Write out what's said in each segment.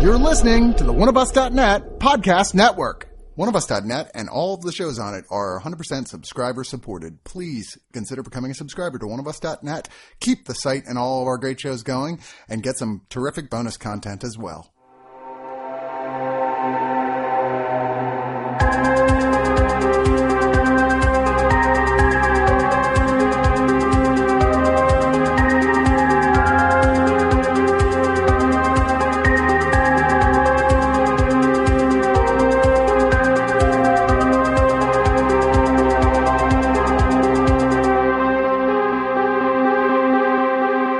You're listening to the oneofus.net podcast network. Oneofus.net and all of the shows on it are 100% subscriber supported. Please consider becoming a subscriber to oneofus.net. Keep the site and all of our great shows going and get some terrific bonus content as well.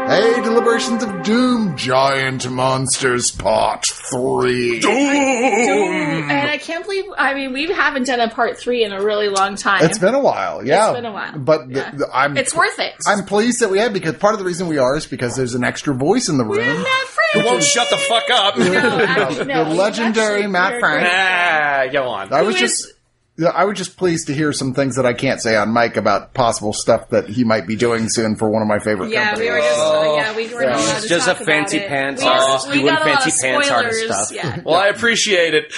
Hey, Deliberations of Doom, Giant Monsters Part 3. Mm. And I can't believe, I mean, we haven't done a part three in a really long time. It's been a while, yeah. been a while, But the, yeah. the- I'm, It's worth it. I'm pleased that we have because part of the reason we are is because there's an extra voice in the We're room. Matt Frank. It won't shut the fuck up. No, actually, no, The he's legendary actually Matt weird. Frank. ah, go on. I was Who just yeah, I was just pleased to hear some things that I can't say on mic about possible stuff that he might be doing soon for one of my favorite Yeah, companies. we were just, uh, yeah, we weren't allowed He's to just talk a fancy about it. pants we just- artist we doing got a lot fancy of pants artist spoilers, stuff. Yeah. Well, I appreciate it.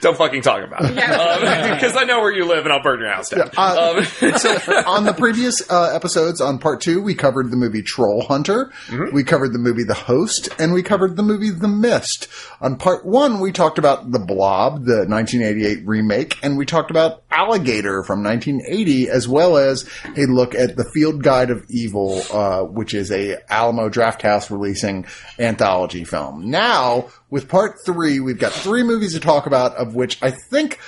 Don't fucking talk about it. Yeah. Because I know where you live and I'll burn your house down. Uh, Um, on the previous uh, episodes, on part two, we covered the movie Troll Hunter, we covered the movie The Host, and we covered the movie The Mist. On part one, we talked about The Blob, the 1988 remake, and we talked about Alligator from 1980, as well as a look at The Field Guide of Evil, uh, which is a Alamo Drafthouse releasing anthology film. Now, with part three, we've got three movies to talk about, of which I think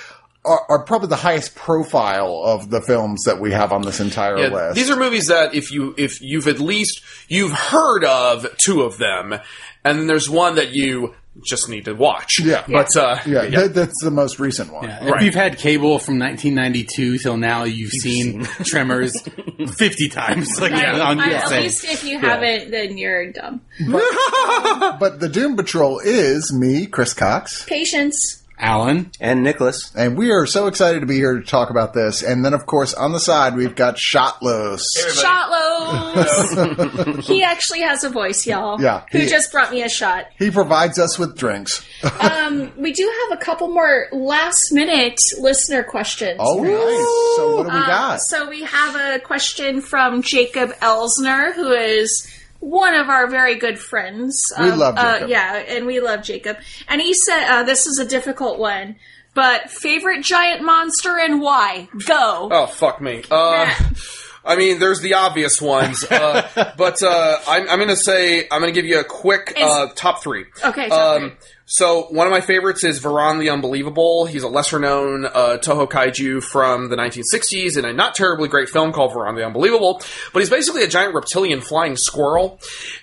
are, are probably the highest profile of the films that we have on this entire Yeah, list. These are movies that if you if you've at least you've heard of two of them, and then there's one that you just need to watch. Yeah. but uh, yeah, That, that's the most recent one. Right. If you've had cable from 1992 till now, you've, seen, Tremors 50 times. Like I- on I- USA. at least if you haven't, then you're dumb. But the Doom Patrol is me, Chris Cox, Patience. Alan, and Nicholas. and we are so excited to be here to talk about this. And then, of course, on the side we've got Shotlos. Shotlos. he actually has a voice, y'all. Yeah, Who he- just brought me a shot. He provides us with drinks. Um, we do have a couple more last minute listener questions. Oh, nice. So what do we uh, got? Um, So we have a question from Jacob Elsner, who is one of our very good friends. We love Uh, Jacob. yeah, and we love Jacob. And he said, uh, "This is a difficult one, but favorite giant monster and why? Go." Oh fuck me. Uh, Matt. I mean, there's the obvious ones, uh, but uh, I'm, I'm going to say I'm going to give you a quick uh, top three. Okay, top um, three. So one of my favorites is Varan the Unbelievable. He's a lesser-known uh, Toho kaiju from the 1960s in a not terribly great film called Varan the Unbelievable. But he's basically a giant reptilian flying squirrel,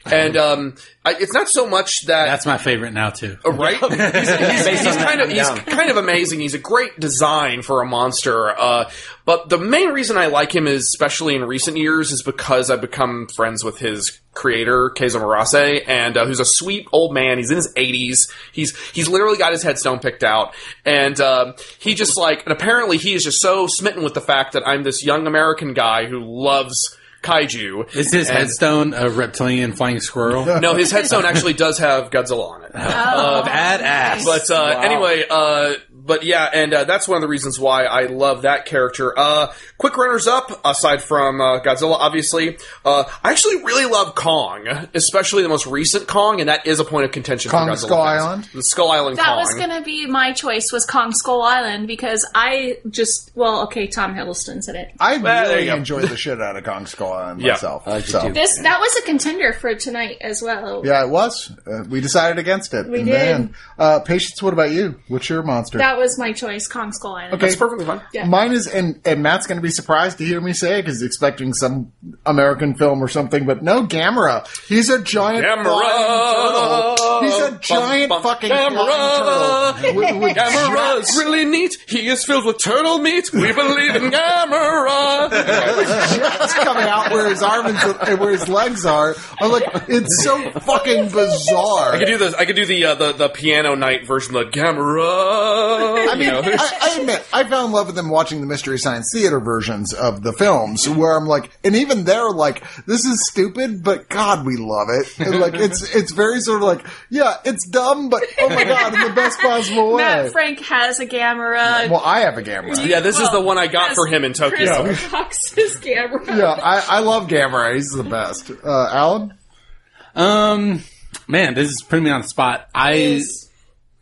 and um, I, it's not so much that that's my favorite now too. right? he's, he's- he's kind of he's kind of amazing. He's a great design for a monster. Uh, but the main reason I like him is, especially in recent years, is because I've become friends with his creator Keizo Marase, and uh, who's a sweet old man. He's in his eighties. He's he's literally got his headstone picked out, and um he just like and apparently he is just so smitten with the fact that I'm this young American guy who loves kaiju. Is his And- headstone a reptilian flying squirrel? no. no, his headstone actually does have Godzilla on it. Oh. Badass. But uh, anyway, uh, but yeah, and uh, that's one of the reasons why I love that character. Uh, quick runners up, aside from uh, Godzilla, obviously. Uh, I actually really love Kong, especially the most recent Kong, and that is a point of contention Kong for Godzilla. Skull fans. Island? the Skull Island That Kong. was going to be my choice was Kong Skull Island because I just well okay Tom Hiddleston's in it. I Well, there you really go. enjoyed the shit out of Kong Skull Island Yeah. myself. I liked it so. too. This that was a contender for tonight as well. Yeah, it was. Uh, we decided against it. We And did. then, uh, Patience, what about you? What's your monster? That was my choice, Kong Skull Island. Okay. It's perfectly fine. Yeah. Mine is, and, and Matt's going to be surprised to hear me say it because he's expecting some American film or something, but no, Gamera. He's a giant Gamera! flying turtle. He's a Bum, giant bum. fucking Gamera! flying turtle. With- with Gamera is really neat. He is filled with turtle meat. We believe in Gamera. jets coming out where his arms and where his legs are. I'm like, it's so fucking bizarre. I could do the I could do the uh, the the piano night version of Gamera. I mean, I, I admit, I fell in love with them watching the Mystery Science Theater versions of the films, where I'm like, and even they're like, this is stupid, but God, we love it. And like, it's it's very sort of like, yeah, it's dumb, but oh my god, in the best possible way. Matt Frank has a Gamera. well, I have a Gamera. Yeah, this is Well, the one I got yes, for him in Chris Tokyo. Cox's Gamera. Yeah, I, I love Gamera. He's the best. Uh, Alan? Um, man, this is putting me on the spot. I Is-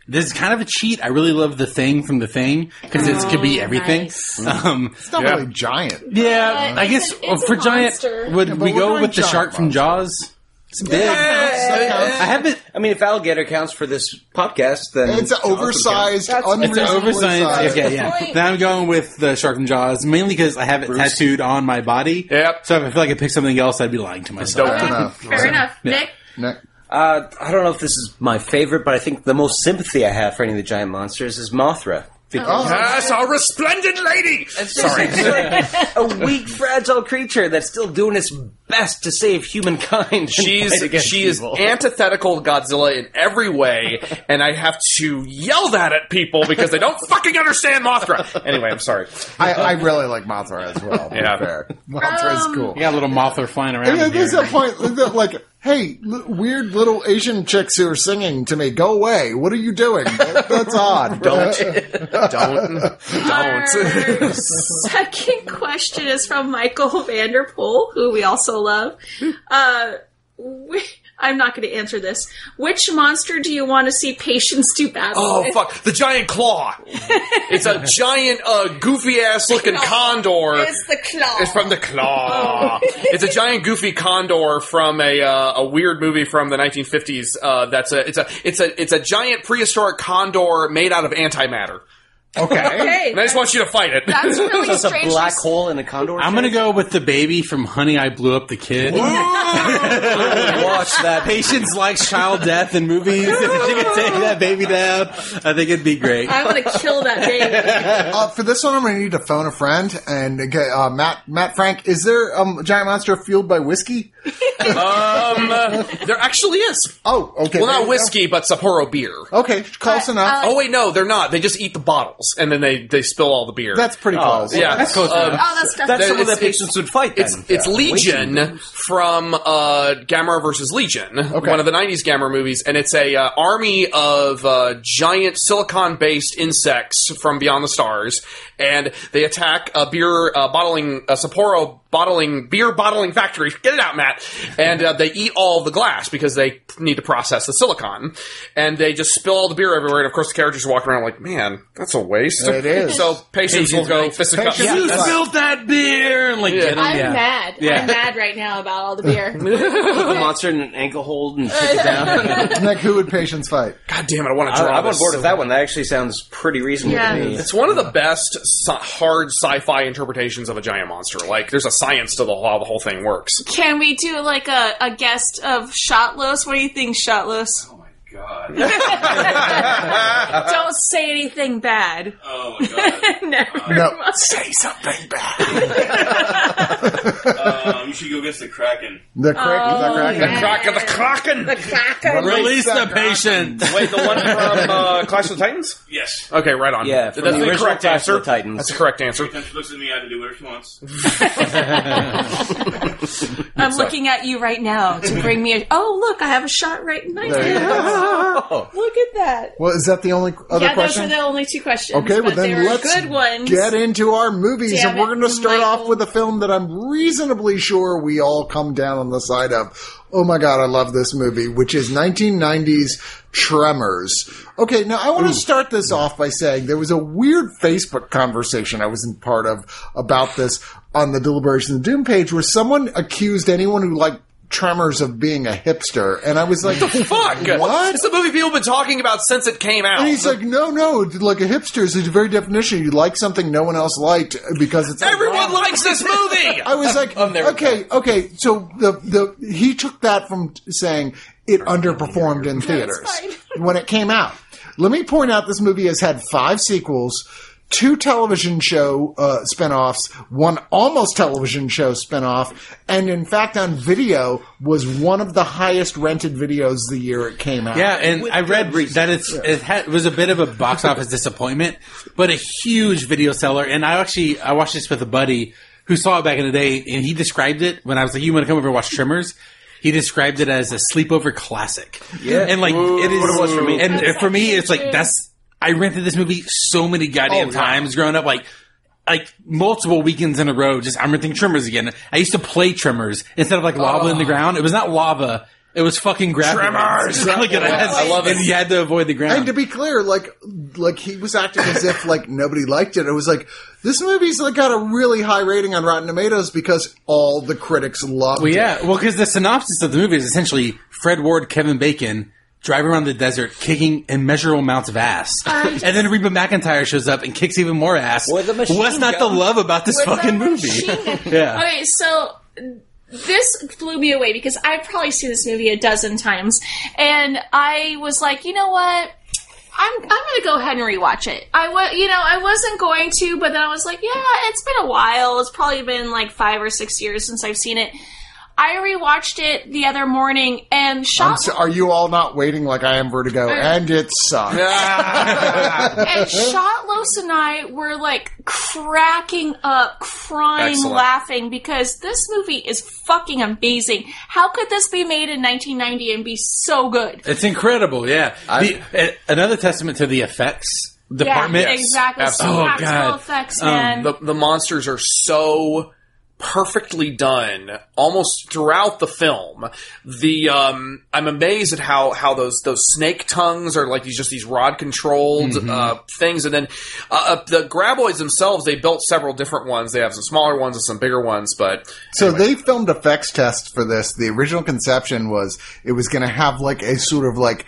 this is kind of a cheat. I really love the thing from the thing because it could be Oh, everything. nice. Um, It's not Yeah. really giant. yeah, Uh, I it's guess a- it's uh, a for giant, monster. would Yeah, but we we're go going with the giant shark from monster. Jaws? It's big. I haven't. I mean, if alligator counts for this podcast, then It's an also counts. oversized, That's- It's unreasonably oversized. sized. Okay, yeah. Point. Now I'm going with the shark from Jaws mainly because I have it tattooed on my body. Yep. So if I feel like I picked something else, I'd be lying to myself. I dope. don't know. Fair enough. Nick, Nick? Uh, I don't know if this is my favorite, but I think the most sympathy I have for any of the giant monsters is Mothra. Because Yes, our resplendent lady. Sorry. a weak, fragile creature that's still doing its best to save humankind. and fight She's against she is evil. antithetical to Godzilla in every way, and I have to yell that at people because they don't fucking understand Mothra. Anyway, I'm sorry. I, I really like Mothra as well. Yeah. Yeah. Fair. Mothra's Um, cool. You got a little Mothra flying around. Yeah, in there's here. that point that, like, hey, l- weird little Asian chicks who are singing to me, go away. What are you doing? That- That's odd. Don't our don't. second question is from Michael Vanderpool, who we also love. Uh, whi- I'm not going to answer this. Which monster do you want to see patients do battle? Oh with? fuck! The giant claw. It's a giant, uh, goofy ass looking condor. It's the claw. It's from the claw. it's a giant goofy condor from a uh, a weird movie from the 1950s. Uh, that's a it's a it's a it's a giant prehistoric condor made out of antimatter. Okay. Hey, And I just want you to fight it. that's really It's a strange. black hole in a condor. I'm gonna go with the baby from Honey, I Blew Up the Kid. go watch that. Patients like child death in movies. If you could take that baby down, I think it'd be great. I want to kill that baby. Oh, Uh, for this one, I'm going to need to phone a friend and okay, uh, Matt. Matt Frank, is there um, a giant monster fueled by whiskey? Um, uh, there actually is. Oh, okay. Well, there you not go. Oh. whiskey, but Sapporo beer. Okay, close But, enough. uh, Oh wait, no, they're not. They just eat the bottles and then they they spill all the beer. That's pretty close. Oh, yeah. That's close Um, enough. Oh, that's That's definitely. someone it's- that patients would fight. Then. It's it's Legion from uh, Gamera versus Legion, one of the '90s Gamera movies, and it's a uh, army of uh, giant silicon-based insects from beyond the stars, and they attack a beer uh, bottling a Sapporo bottling beer bottling factory. Get it out, Matt! And uh, they eat all the glass because they need to process the silicon, and they just spill all the beer everywhere. And of course, the characters are walking around like, "Man, that's a waste." It is. So patients will go fisticuffs. Patience- you Yeah. spilled that beer, like get 'em, I'm yeah. mad. Yeah. I'm mad right now about all the beer. the monster in an ankle hold and take it down. Nick, who would patients fight? God damn it! I want to I, draw. I'm on this board so with that one. That actually sounds pretty reasonable Yeah. to me. It's one of the best sci- hard sci-fi interpretations of a giant monster. Like, there's a science to the how the whole thing works. Can we do like a, a guest of Shotlos? What do you think, Shotlos? Oh my god. Don't say anything bad. Oh my god. Uh, Never No. mind. Say something bad. Um, you should go against the Kraken. The crack, the crack. Oh, yeah. Croc of the Kraken. Release the patient. Wait, the one from uh, Clash of the Titans. Yes. Okay, right on. Yeah, from that's the the, original correct Clash of the answer. Titans. That's the correct answer. She looks at me, I can do whatever she wants. I'm looking at you right now to bring me a. Oh, look, I have a shot right in my hand. Look at that. Well, is that the only other yeah, question? those are the only two questions. Okay, well but they then were let's good ones. get into our movies, Damn and we're it, going to start off Michael. with a film that I'm reasonably sure we all come down on the side of. Oh my god, I love this movie, which is 1990s Tremors. Okay, now I want to start this off by saying there was a weird Facebook conversation I wasn't part of about this on the Deliberation of Doom page, where someone accused anyone who liked Tremors of being a hipster, and I was like, Fuck. What? It's the movie people have been talking about since it came out. And he's like, no, no, like a hipster is the very definition. You like something no one else liked because it's Everyone ironic." likes this movie. I was like, I'm there with okay, okay. So the the he took that from saying it underperformed in theaters when it came out. Let me point out this movie has had five sequels, two television show uh, spinoffs, one almost television show spinoff, and in fact on video was one of the highest rented videos the year it came out. Yeah, and I read that it's it had, was a bit of a box office disappointment, but a huge video seller. And I actually I watched this with a buddy who saw it back in the day, and he described it when I was like, "You want to come over and watch Trimmers?" He described it as a sleepover classic. Yeah. and like Ooh. it is What it was for me. And That's for me, it's like amazing. that's I rented this movie so many goddamn Oh, yeah. times growing up. Like like multiple weekends in a row, just I'm renting Tremors again. I used to play Tremors instead of like lava Oh. in the ground. It was not lava. It was fucking gravity. Tremors! Look at that. I love it. And you had to avoid the ground. And to be clear, like like he was acting as if like nobody liked it. It was like this movie's like got a really high rating on Rotten Tomatoes because all the critics loved Well, it. yeah. Well, because the synopsis of the movie is essentially Fred Ward, Kevin Bacon driving around the desert, kicking immeasurable amounts of ass, and then Reba McIntyre shows up and kicks even more ass. With a machine What's not to gun. love about this With the fucking movie? machine gun. Yeah. Okay, so this blew me away because I've probably seen this movie a dozen times, and I was like, you know what? I'm I'm gonna go ahead and rewatch it. I was you know I wasn't going to, but then I was like, yeah, it's been a while. It's probably been like five or six years since I've seen it. I rewatched it the other morning and I'm shot so- are you all not waiting like I am Vertigo? And it sucks. and Shotlos and I were like cracking up, crying, Excellent. laughing because this movie is fucking amazing. How could this be made in 1990 and be so good? It's incredible. Yeah. The, uh, another testament to the effects department. yeah, exactly. absolutely. Some Oh, practical God. effects, man. the the monsters are so perfectly done almost throughout the film the um i'm amazed at how how those those snake tongues are like these just these rod controlled Mm-hmm. uh things and then uh, uh, the graboids themselves they built several different ones they have some smaller ones and some bigger ones but So they filmed effects tests for this. The original conception was it was going to have like a sort of like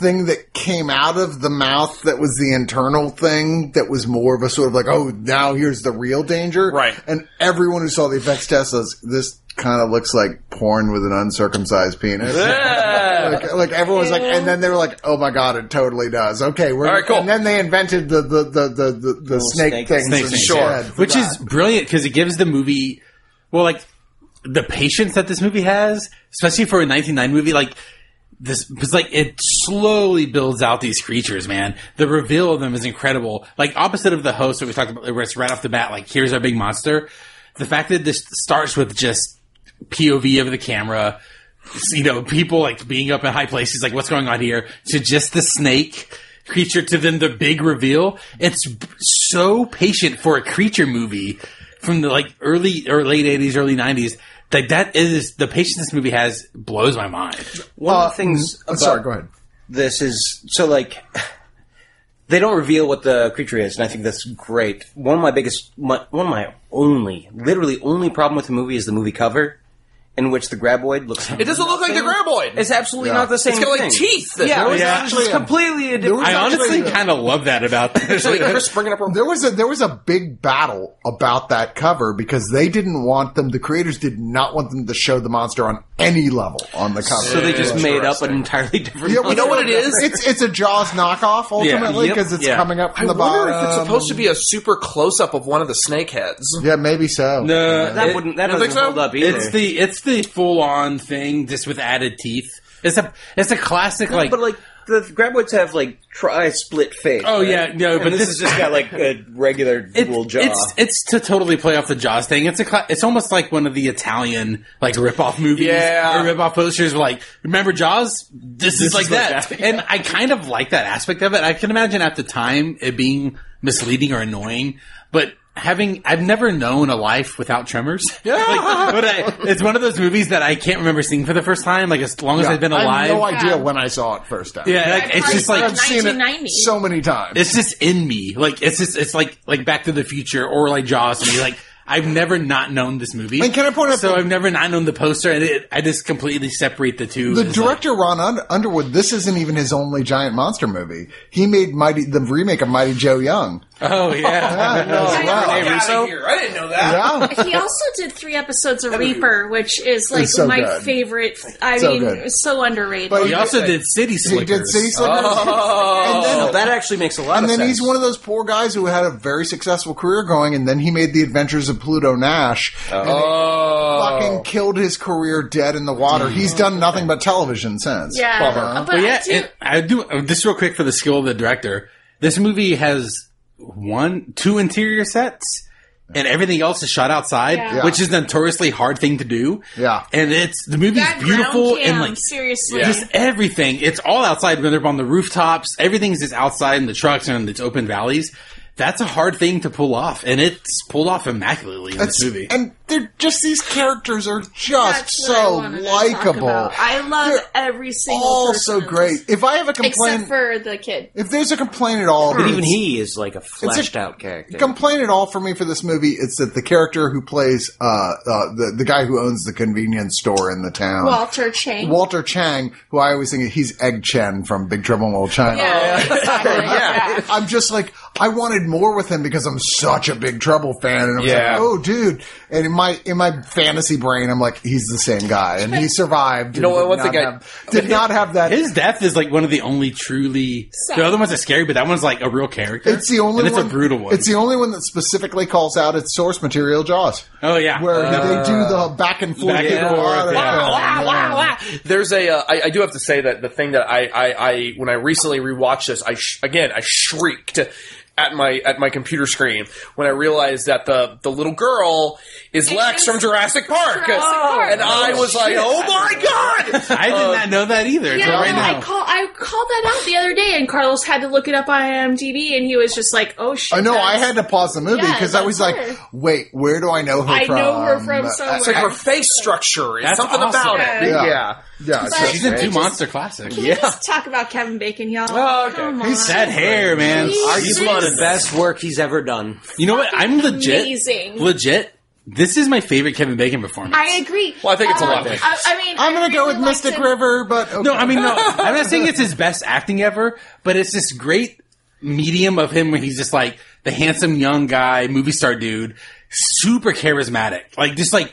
thing that came out of the mouth that was the internal thing that was more of a sort of like oh now here's the real danger Right. and everyone who saw the effects test says this kind of looks like porn with an uncircumcised penis like, like everyone was like and then they were like oh my god it totally does okay we're All right, cool. and then they invented the the the the, the, the snake, snake- things snake instead Sure. for which that. is brilliant because it gives the movie well like the patience that this movie has especially for a 1999 movie like this because like it slowly builds out these creatures man the reveal of them is incredible like opposite of the host that we talked about where it's right off the bat like here's our big monster the fact that this starts with just pov of the camera you know, people like being up in high places, like what's going on here, to just the snake creature to then the big reveal. It's b- so patient for a creature movie from the like early or late eighties, early nineties. Like that is the patience this movie has blows my mind. One of the things I'm about sorry go ahead this is so like they don't reveal what the creature is, and I think that's great. One of my biggest, my, one of my only, literally only problem with the movie is the movie cover, in which the graboid looks. it doesn't look like the graboid It's absolutely Yeah. not the same. got, like, thing. teeth that- Yeah, There it's was actually it's a- completely a different. was I honestly actually- kind of love that about this. Actually, Chris, bring it up real There was a there was a big battle about that cover because they didn't want them. The creators did not want them to show the monster on any level on the cover. so they just made up an Interesting. entirely different. Yeah, well, You know what it is? It's it's a Jaws knockoff ultimately Yep. because it's Yeah. coming up I from the wonder bottom. if it's supposed to be a super close up of one of the snake heads. Yeah, maybe so. No, that Uh, it- wouldn't. That You don't doesn't think so? hold up either. it's the it's the full on thing, just with added teeth. It's a it's a classic like. but like the graboids have like tri split face. Oh, right? yeah, no, And but this, this- has just got like a regular It- dual jaw. It's it's to totally play off the Jaws thing. It's a cla- it's almost like one of the Italian like rip-off movies Yeah. or rip-off posters. Were like, remember Jaws? This, is like that. And I kind of like that aspect of it. I can imagine at the time it being misleading or annoying, but. Having I've never known a life without tremors. Yeah, but I, it's one of those movies that I can't remember seeing for the first time. Like as long as Yeah. I've been I alive, have no idea Yeah. when I saw it first time. yeah, like, it's probably just like saw I've seen it 1990. so many times. it's just in me. Like it's just it's like like Back to the Future or like Jaws. To me, like I've never not known this movie. And can I point out So the- I've never not known the poster, and it, I just completely separate the two. the It's director Ron Un- Underwood. This isn't even his only giant monster movie. He made Mighty the remake of Mighty Joe Young. like, oh yeah, Oh, wow. Get outta here. I didn't know that. Yeah. he also did three episodes of Reaper, which is like It's so my good. favorite. I So mean, good. it's so underrated. But he also did City He Slickers. did City Slickers. And then Well, that actually makes a lot and of then sense. he's one of those poor guys who had a very successful career going, and then he made the Adventures of Pluto Nash, and Oh. fucking killed his career dead in the water. He's done nothing but television since. yeah, but But yeah, I do, it, I do uh, this real quick for the skill of the director. This movie has one, two interior sets, and everything else is shot outside, Yeah. Yeah. which is a notoriously hard thing to do. Yeah. and it's the movie's That beautiful ground cam, and like seriously. Yeah. just everything. It's all outside. When they're on the rooftops, everything's just outside in the trucks and in its open valleys. That's a hard thing to pull off, and it's pulled off immaculately in That's- this movie. And they're just these characters are just That's what I so wanted to talk likable. about. I love They're every single All person so in this. great. If I have a except complaint, for the kid. if there's a complaint at all, But it's- even he is like a a- fleshed out character. complaint at all for me for this movie it's that the character who plays uh, uh, the the guy who owns the convenience store in the town Walter Chang. Walter Chang who I always think he's Egg Chen from Big Trouble in Little China yeah, exactly. yeah. I'm just like I wanted more with him because I'm such a Big Trouble fan, and I'm Yeah. like, oh, dude. And in my in my fantasy brain, I'm like, he's the same guy, and he survived. You know what, one did thing not I- have, did not have that. His death is like one of the only truly. Sad. The other ones are scary, but that one's like a real character. It's the only and it's one, a brutal one. It's the only one that specifically calls out its source material, Jaws, oh yeah, where they do the back and forth. Back and Yeah. forth, yeah. Yeah. There's a. Uh, I, I do have to say that the thing that I, I, I when I recently rewatched this, I sh- again I shrieked at my at my computer screen when I realized that the the little girl is Lex is from Jurassic Park, Jurassic Park. and I was like, oh my god! I did not know that either. Yeah, oh until right no, now. I call I called that out the other day, and Carlos had to look it up on IMDb, and he was just like, "Oh shit!" I know. I that's- had to pause the movie Yeah, because I that's was like, her. "Wait, where do I know her I from?" know her from Uh, somewhere. It's like her face structure is That's something awesome. about it. Yeah. Yeah. Yeah, But- so- She's in I two just- monster classics. Can we just talk about Kevin Bacon, y'all? Oh, okay. Come He's on. That hair, man. Jeez. He's one of the best work he's ever done. You know what? I'm legit. Amazing. Legit. This is my favorite Kevin Bacon performance. I agree. Um, Well, I think it's a lot better. I, I mean, I'm gonna I go really with Mystic liked it. River, but okay. no, I mean no. I'm not saying it's his best acting ever, but it's this great medium of him where he's just like the handsome young guy, movie star dude, super charismatic, like just like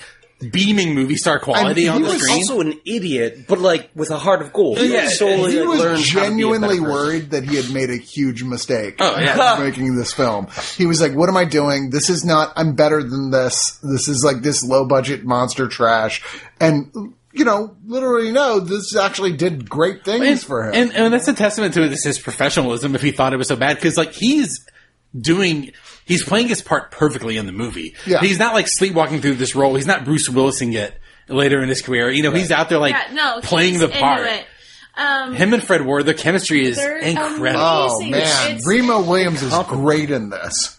beaming movie star quality he on the was He's screen. also an idiot, but like with a heart of gold. Yeah, He solely, he like, was learned how to be a genuinely better person. worried that he had made a huge mistake Oh, yeah. making this film. He was like, "What am I doing? This is not. I'm better than this. This is like this low budget monster trash." And you know, literally, no, this actually did great things and, for him. And, and that's a testament to this, his professionalism if he thought it was so bad. Because, like, he's doing, he's playing his part perfectly in the movie. Yeah. He's not, like, sleepwalking through this role. He's not Bruce Willising it later in his career. You know, he's out there, like, Yeah, no, playing he's the into part. it. Um, Him and Fred Ward, their chemistry is They're um, incredible. amazing. oh amazing. man, It's- Remo Williams is great in this.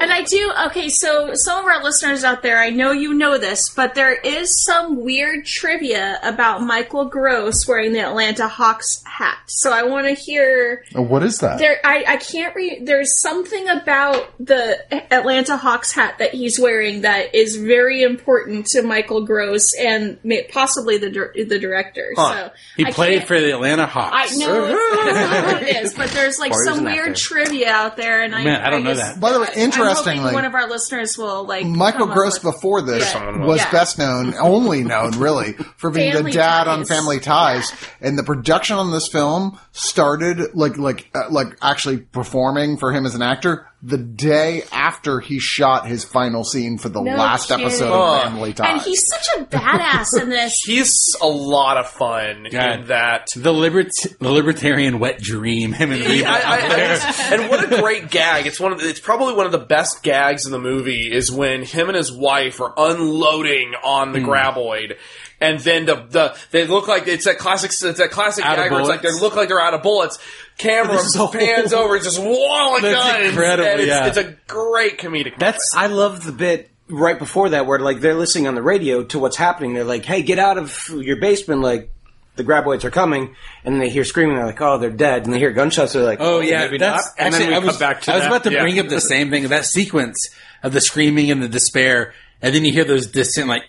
And I do, okay, so some of our listeners out there, I know you know this, but there is some weird trivia about Michael Gross wearing the Atlanta Hawks hat. So I want to hear What is that? there I, I can't read there's something about the Atlanta Hawks hat that he's wearing that is very important to Michael Gross and may, possibly the dir- the director. So He I played can't- for the Atlanta I Hawks. know it's- that's not what it is, but there's like Or he was some an weird actor. trivia out there, and I Man, I don't know just- that. By the way, I'm hoping interestingly, one of our listeners will like Michael come up Gross with- before this Yeah. was Yeah. best known, only known really, for being Family the dad on Ties. Family Ties. And the production on this film started like like uh, like actually performing for him as an actor the day after he shot his final scene for the No last kidding. episode Oh. of Family Ties. And he's such a badass in this. He's a lot of fun God. in that. The, libert- the libertarian wet dream. Him and Reba. I, I, out I there. just- and what a great gag! It's one of the, it's probably one of the best gags in the movie is when him and his wife are unloading on Hmm. the graboid, and then the, the they look like it's that classic it's that classic Out of gag where it's like they bullets. look like they're out of bullets. Camera So- pans over, it's just wall of That's guns, incredible, and it's, yeah. it's a great comedic. That's I love the bit right before that where like they're listening on the radio to what's happening. They're like, "Hey, get out of your basement!" Like the graboids are coming, and they hear screaming. They're like, "Oh, they're dead!" And they hear gunshots. They're like, Oh yeah, maybe that's not." And actually then we I was come back to I was that. about to yeah. bring up the same thing. That sequence of the screaming and the despair, and then you hear those distant like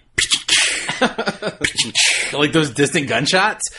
like those distant gunshots.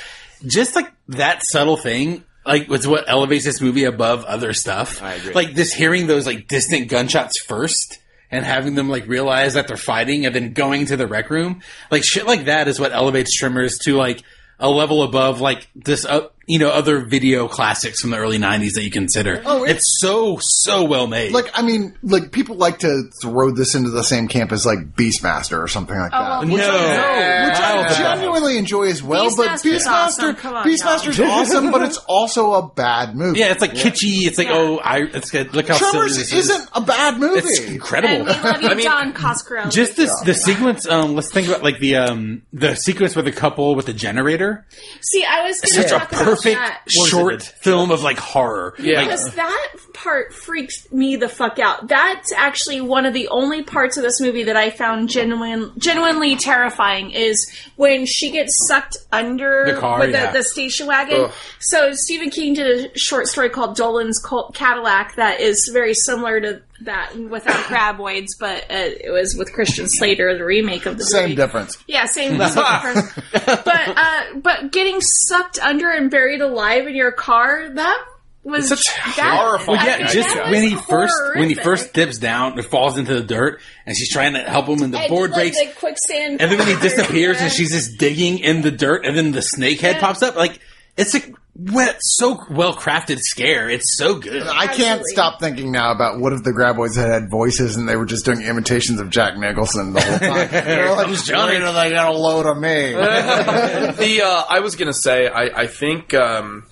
Just like that subtle thing, like was what elevates this movie above other stuff. I agree. Like this hearing those like distant gunshots first. And having them like realize that they're fighting, and then going to the rec room, like shit, like that is what elevates Tremors to like a level above like this uh, you know other video classics from the early '90s that you consider. Oh, it- it's so so well made. Like, I mean, like people like to throw this into the same camp as like Beastmaster or something like Oh, that. well, No. No, which I I don't think- genuinely enjoy as well, but Beastmaster's Beastmaster, awesome. Come on, Beastmaster's y'all. awesome, but it's also a bad movie. yeah, it's like kitschy. It's like Yeah. oh, I it's good. Look how silly Tremors this isn't is. a bad movie. It's And incredible. we love you, I mean, Don Coscarelli. Just this the sequence. Um, let's think about like the um the sequence with the couple with the generator. See, I was going Such to a talk about perfect that. short film of like horror. Yeah. Like, Because that part freaks me the fuck out. That's actually one of the only parts of this movie that I found genuine, genuinely terrifying is when she gets sucked under The car, with yeah. the, the station wagon. Ugh. So Stephen King did a short story called Dolan's Col- Cadillac that is very similar to that without Crabwoids, but uh, it was with Christian Slater, the remake of the Same movie. difference. Yeah, same. same difference. but uh, but getting sucked under and buried alive in your car that was It's such that, horrifying Well, yeah, That just was when he first when he horrific. first dips down, it falls into the dirt, and she's trying to help him, and the I did board like breaks, the quicksand, and then when he part, disappears, and yeah. she's just digging in the dirt, and then the snake head Yeah. pops up. Like it's a well, so well crafted scare. It's so good. I can't Absolutely. stop thinking now about what if the Graboids had had voices and they were just doing imitations of Jack Nicholson the whole time. They're like, comes Johnny. "Wait till they got a load of me. the uh, I was gonna say I I think um,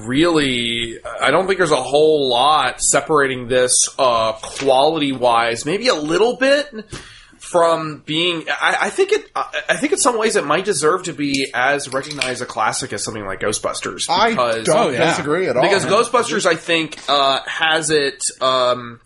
really I don't think there's a whole lot separating this uh, quality wise maybe a little bit from being I, I think it I I think in some ways it might deserve to be as recognized a classic as something like Ghostbusters I because don't Oh, yeah. disagree at all. because Ghostbusters, I think, uh, has it um,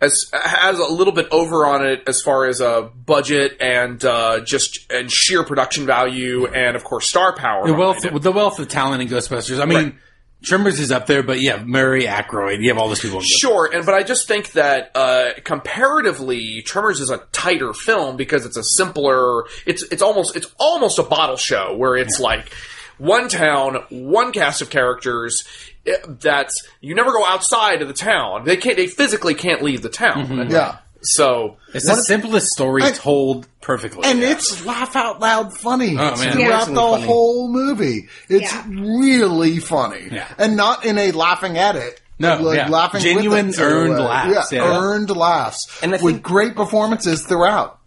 as has a little bit over on it as far as uh, budget and uh, just and sheer production value and of course star power. The wealth, the wealth of talent in Ghostbusters. I mean, Right. Tremors is up there, but yeah, Murray Ackroyd. You have all those people. in Ghostbusters. Sure, and but I just think that uh, comparatively, Tremors is a tighter film because it's a simpler. It's it's almost it's almost a bottle show where it's like one town, one cast of characters. eh, That's you never go outside of the town. They can't. They physically can't leave the town. yeah. So It's the simplest story I- told perfectly. And it's laugh out loud funny Oh, man. Yeah. throughout the Funny. whole movie. It's Yeah. really funny, Yeah. and not in a laughing at it. No, but, like yeah. laughing with Genuine it sort of earned way. laughs, yeah, yeah. earned laughs, And I with think- great performances throughout.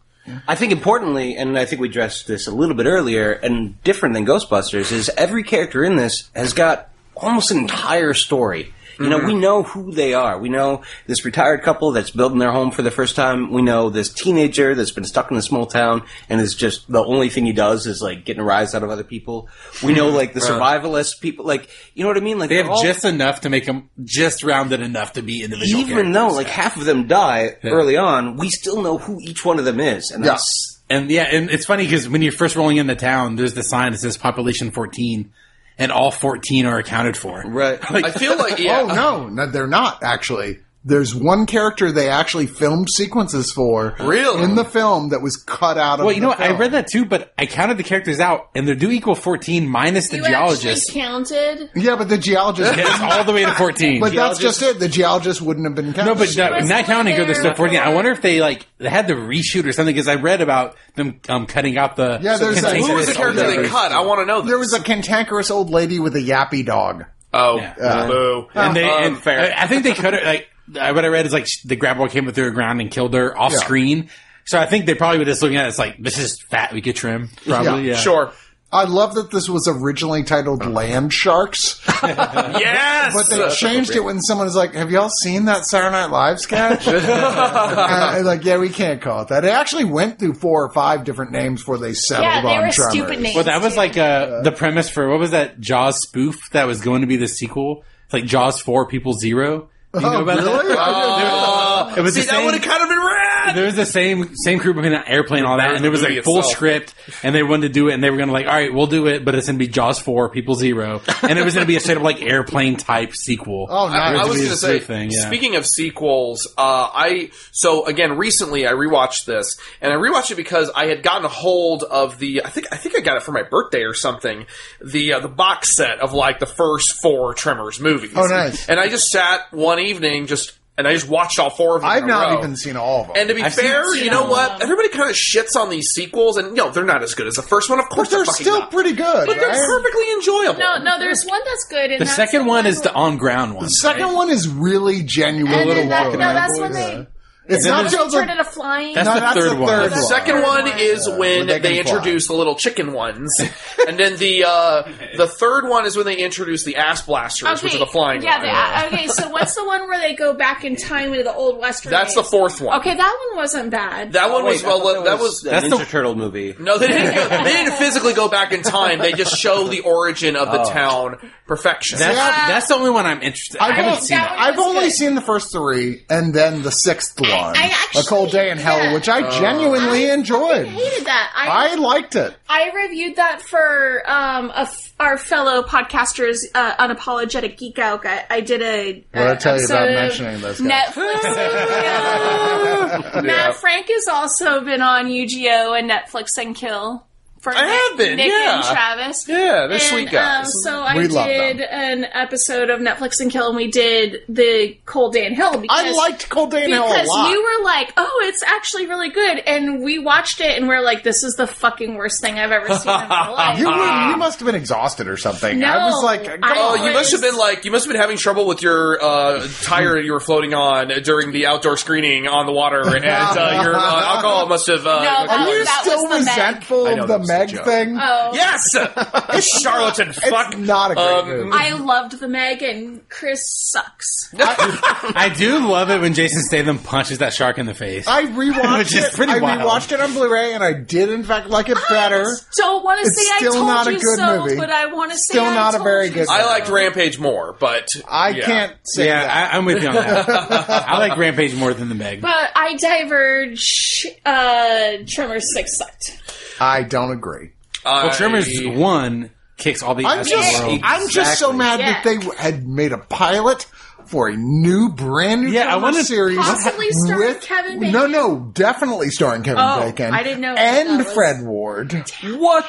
I think importantly, and I think we addressed this a little bit earlier, and different than Ghostbusters, is every character in this has got almost an entire story. You know, Mm-hmm. we know who they are. We know this retired couple that's building their home for the first time. We know this teenager that's been stuck in a small town and is just the only thing he does is like getting a rise out of other people. We know like the survivalist people, like you know what I mean. Like they have they're all- just enough to make them just rounded enough to be individual. even though characters. like half of them die early on, we still know who each one of them is, and Yeah. that's And yeah, and it's funny because when you're first rolling into town, there's the sign that says population 14, and all 14 are accounted for. right. I feel like yeah. Oh no, no, they're not actually. There's one character they actually filmed sequences for, Really? in the film that was cut out of. Well, you the know what? I film. read that too, but I counted the characters out, and they do equal 14 minus the you geologist. actually counted. Yeah, but the geologist. It's all the way to 14. But that's just it. The geologist wouldn't have been No, counted. but no, was not counting there go there's still 14. I before. wonder if they like they had to reshoot or something because I read about them um, cutting out the. Yeah, there's a- containers. who was the character they cut? I want to know. This. there was a cantankerous old lady with a yappy dog. oh Yeah. Oh. boo. And they Um, and I, I think they cut her like I- what I read is like sh- the grab boy came through the ground and killed her off Yeah. screen. So I think they probably were just looking at it, it's like this is fat we could trim probably yeah, sure. I love that this was originally titled Oh. Land Sharks, Yes, but they changed it when someone was like, "Have y'all seen that Saturday Night Live sketch?" Uh, and like, yeah, we can't call it that. It actually went through four or five different names before they settled Yeah, they on were Tremors. stupid names. Well, that was like uh, the premise for what was that Jaws spoof that was going to be the sequel? It's like Jaws Four People Zero. Do you know Oh, about really? that? I It was See, the that same- would have kind of been rad. there was the same same crew behind the airplane and all that, and there was Movie like full itself. script, and they wanted to do it, and they were gonna like, all right, we'll do it, but it's gonna be Jaws four, People Zero, and it was gonna be a straight up like airplane type sequel. Oh, nice. It I was gonna be going to this say. big thing, yeah. Speaking of sequels, uh, I so again recently I rewatched this, and I rewatched it because I had gotten a hold of the. I think I think I got it for my birthday or something. The uh, the box set of like the first four Tremors movies. Oh, nice. And I just sat one evening just. and I just watched all four of them. I've in a not row. even seen all of them. And to be I've seen fair, two you know of what? them. Everybody kind of shits on these sequels, and you know they're not as good as the first one. Of course, but they're fucking still not. pretty good. But they're right? perfectly enjoyable. No, no, there's one that's good. And The that's second one is the where- on ground one. The second one is really genuine. And little then that, no, walking around that's boys. when they It's then not there's- Tales of turn into flying. That's No, the that's third the one. third The one. second one is Yeah, when they they, can fly. introduce the little chicken ones, and then the uh, the third one is when they introduce the ass blasters, which are the flying. yeah, one. the- okay, so what's the one where they go back in time into the old Western? that's the days? fourth one. Okay, that one wasn't bad. that one was Wait, I well. thought That, was. the That's Ninja the- Turtle movie. no, they didn't. Go, they didn't physically go back in time. They just show the origin of the Oh. town perfection. That's, Yeah. that's the only one I'm interested. I I've, haven't only, that seen one it. I've was only good. seen the first three, and then the sixth one, I actually- A Cold Day in Hell, yeah. which I Uh, genuinely I enjoyed. I hated that. I I liked it. I reviewed that for um a f- our fellow podcasters, uh, unapologetic geek out. I, I did a. What did I tell you about episode of mentioning those guys? Netflix. Studio. Yeah. Matt Frank has also been on UGO and Netflix and Kill. For I have been, Nick yeah. and Travis. Yeah, they're and, sweet guys. Um, so I We love did them. an episode of Netflix and Kill, and we did the Cold Day in Hell. Because I liked Cold Day in Hell a because lot. we were like, "Oh, it's actually really good," and we watched it, and we're like, "This is the fucking worst thing I've ever seen in my life." you, Ah. were, you must have been exhausted or something. I was No, like, I God. Oh, you was- must have been like you must have been having trouble with your uh, tire you were floating on during the outdoor screening on the water, and uh, your uh, alcohol must have. Uh, No, that Are you was still the Meg. resentful I know of the that was the Meg joke. thing? Oh, yes, You charlatan. Fuck. it's not a great Um, movie. I loved the Meg, and Chris sucks. I do love it when Jason Statham punches that shark in the face. I rewatched Which is it. pretty I wild. rewatched it on Blu-ray, and I did in fact like it better. I just don't want to It's say I still told not a you good so, movie. but I want to say Still I not a told very you good so. I liked Rampage more, but I yeah. can't say yeah, that. I, I'm with you on that. I like Rampage more than the Meg. But I diverge. Uh, Tremors Six sucked. I don't agree. Well, Tremors I- one kicks all the I'm ass in just, the world. I'm just so Exactly. mad that they w- had made a pilot for a new, brand new Yeah, I Tremors wanna- series. Possibly starring Kevin Bacon? No, no, definitely starring Kevin Oh, Bacon. I didn't know that And was- Fred Ward. What?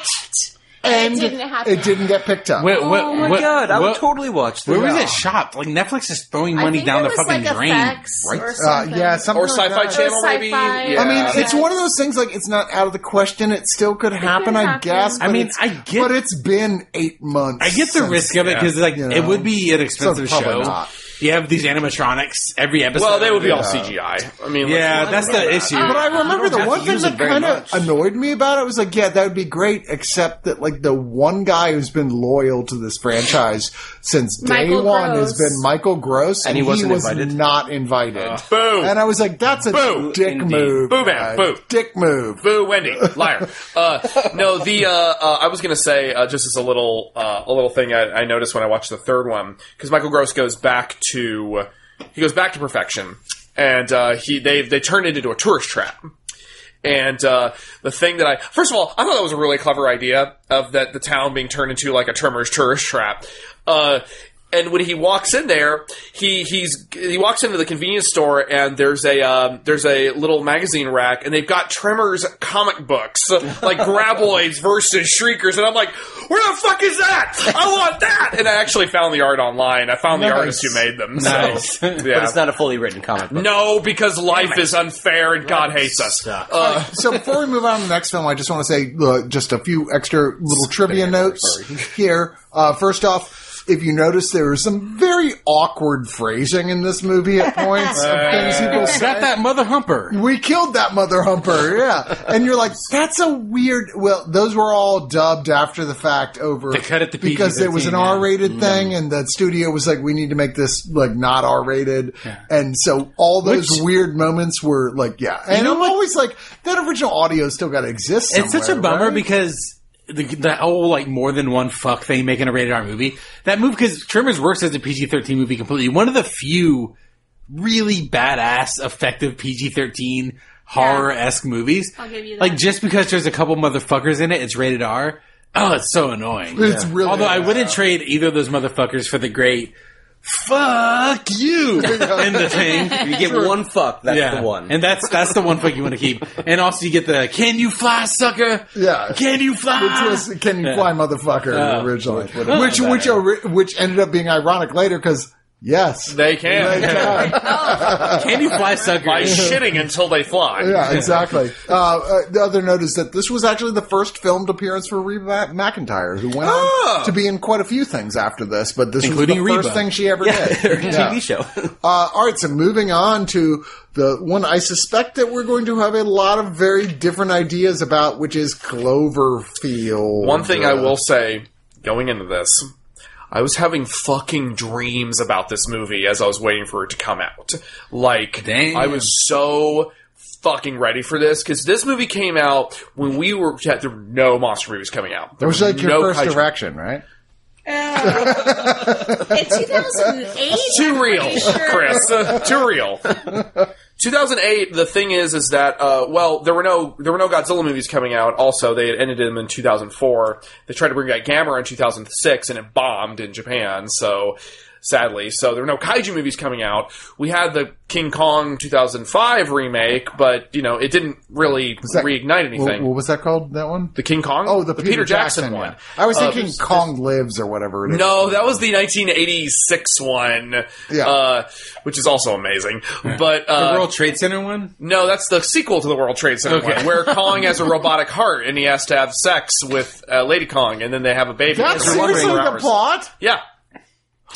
And didn't happen. it didn't get picked up. Wait, what- Oh my what- god! I would what- totally watch Where that. was Yeah. it shopped? Like Netflix is throwing I money think down it the was fucking like drain. effects right? or Uh, something. yeah, something or Sci-Fi like that. Channel, maybe. Sci-Fi. Yeah. I mean, Yeah. it's one of those things like it's not out of the question. It still could happen, I happen. guess. I but mean, it's- I get- but it's been eight months. I get the since- risk of it because like You it know, would be an so expensive probably show. not. You have these animatronics every episode. Well, they would be all Yeah. CGI. I mean, Yeah, let's- that's let's- the issue. But I remember the have one to thing use that it very kind of much. annoyed me about it was like, yeah, that would be great, except that like the one guy who's been loyal to this franchise since day Michael one Gross. has been Michael Gross, and, he wasn't was invited? not invited. Boo. And I was like, that's a Boo. dick Indeed. move, Boo, guys. man. Boo. dick move. Boo, Wendy, liar. Uh, no, the uh, uh, I was gonna say uh, just as a little uh, a little thing I, I noticed when I watched the third one because Michael Gross goes back to he goes back to perfection, and uh, he they they turned it into a tourist trap. And uh, the thing that I first of all, I thought that was a really clever idea of that the town being turned into like a Tremors tourist trap. Uh, and when he walks in there, he he's he walks into the convenience store and there's a um, there's a little magazine rack and they've got Tremors comic books like Graboids versus Shriekers and I'm like, where the fuck is that? I want that. And I actually found the art online. I found the Nice. artist who made them. So, Nice. yeah. But it's not a fully written comic book. no, because life is unfair and God hates us. Sucks. so before we move on to the next film, I just want to say uh, just a few extra little trivia notes here. Uh, first off, if you notice, there is some very awkward phrasing in this movie at points of things people Is that say. that mother humper? We killed that mother humper, yeah. And you're like, that's a weird. Well, those were all dubbed after the fact over They cut it to because it was an PG-13, yeah. Mm-hmm. R-rated thing, and the studio was like, we need to make this like not R-rated, and so all those Which- weird moments were like, yeah. And know I'm what? always like, that original audio still got to exist. It's such a somewhere, bummer right? because the, the whole like more than one fuck thing making a rated R movie. That move because Tremors works as a PG thirteen movie completely. One of the few really badass, effective PG thirteen horror esque movies. I'll give you that. Like just because there's a couple motherfuckers in it, it's rated R. Oh, it's so annoying. It's really- Although I wouldn't trade either of those motherfuckers for the great fuck you in the thing. You get one fuck. That's the one. And that's that's the one fuck you want to keep. And also you get the can you fly sucker? Yeah. Can you Which fly? was Oh, "Can You Fly, Motherfucker" originally, would've which been which better. ori- which ended up being ironic later because Yes. They can. Can you fly suckers? By shitting until they fly. yeah, exactly. Uh, uh, the other note is that this was actually the first filmed appearance for Reba McIntyre, who went Oh. on to be in quite a few things after this, but this Including was the first Reba. thing she ever did. Yeah. TV show. Uh, all right, so moving on to the one I suspect that we're going to have a lot of very different ideas about, which is Cloverfield. One thing I Uh, will say going into this, I was having fucking dreams about this movie as I was waiting for it to come out. Like, Damn. I was so fucking ready for this because this movie came out when we were had, there were no monster movies coming out. It There was like your no first kaiju. direction, right? In 2008? I'm Too pretty real, sure. Chris. Too real. 2008. The thing is, is that uh, well, there were no there were no Godzilla movies coming out. Also, they had ended them in 2004. They tried to bring back Gamera in 2006, and it bombed in Japan. So sadly, so there were no kaiju movies coming out. We had the King Kong 2005 remake, but you know it didn't really that- reignite Wh- anything. What was that called? That one? the King Kong. Oh, the, Peter, Jackson, one. one. I was Uh, thinking Kong Lives or whatever it is. no, that was the 1986 one, Yeah. uh, which is also amazing. But uh, the World Trade Center one? no, that's the sequel to the World Trade Center Okay. one, where Kong has a robotic heart and he has to have sex with uh, Lady Kong, and then they have a baby. That's It's seriously 24 the hours. plot? Yeah,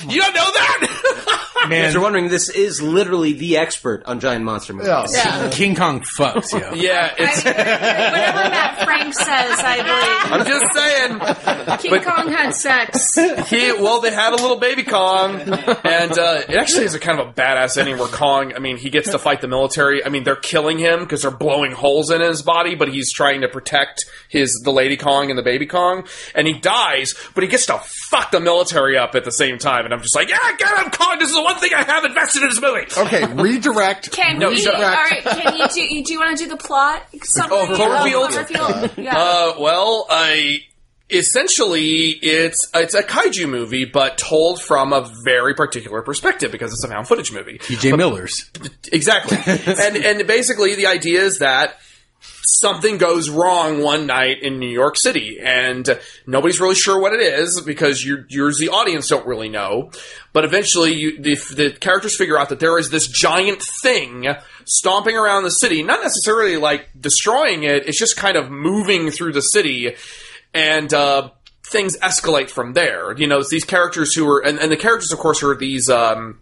you don't know that. Man. If you're wondering, this is literally the expert on giant monster movies. Yeah. Yeah. King Kong fucks, yo. yeah, it's. Whatever Matt Frank says, I I'm just saying. believe. King But- Kong had sex. He, well, they had a little baby Kong, and uh, it actually is a kind of a badass ending where Kong. I mean, he gets to fight the military. I mean, they're killing him because they're blowing holes in his body, but he's trying to protect his the Lady Kong and the baby Kong, and he dies. But he gets to fuck the military up at the same time, and I'm just like, yeah, get him, Kong. This is the one thing I have invested in this movie. Okay, redirect. Can No, we? shut all up. right. Can you do? You, do you want to do the plot? Something Oh, Cloverfield? Yeah. Uh, well, I essentially it's it's a kaiju movie, but told from a very particular perspective because it's a found footage movie. EJ Miller's. Exactly. and and basically the idea is that something goes wrong one night in New York City and nobody's really sure what it is because you you as the audience don't really know. But eventually you the, the characters figure out that there is this giant thing stomping around the city, not necessarily like destroying it, it's just kind of moving through the city and uh things escalate from there. You know, it's these characters who are and, and the characters of course are these um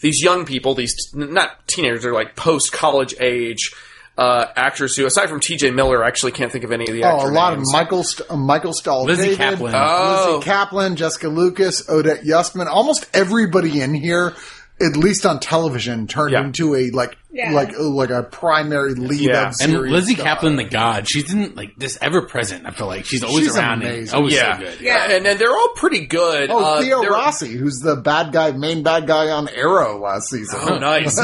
these young people, these t- not teenagers, they're like post college age uh, actors who, aside from T.J. Miller, I actually can't think of any of the Oh, actor a lot of names. Michael St- uh, Michael Stahl, Lizzie David, Kaplan. Oh. Lizzie Kaplan, Jessica Lucas, Odette Yustman. Almost everybody in here, at least on television, turned Yeah. into a like Yeah. like uh, like a primary lead. Yeah. Of and series Lizzie star. Kaplan, the god, she's in like this ever present. I feel like she's always She's around. and amazing. Always yeah. so good. Yeah. and and they're all pretty good. Oh, Uh, Theo they're- Rossi, who's the bad guy, main bad guy on Arrow last season. Oh, nice.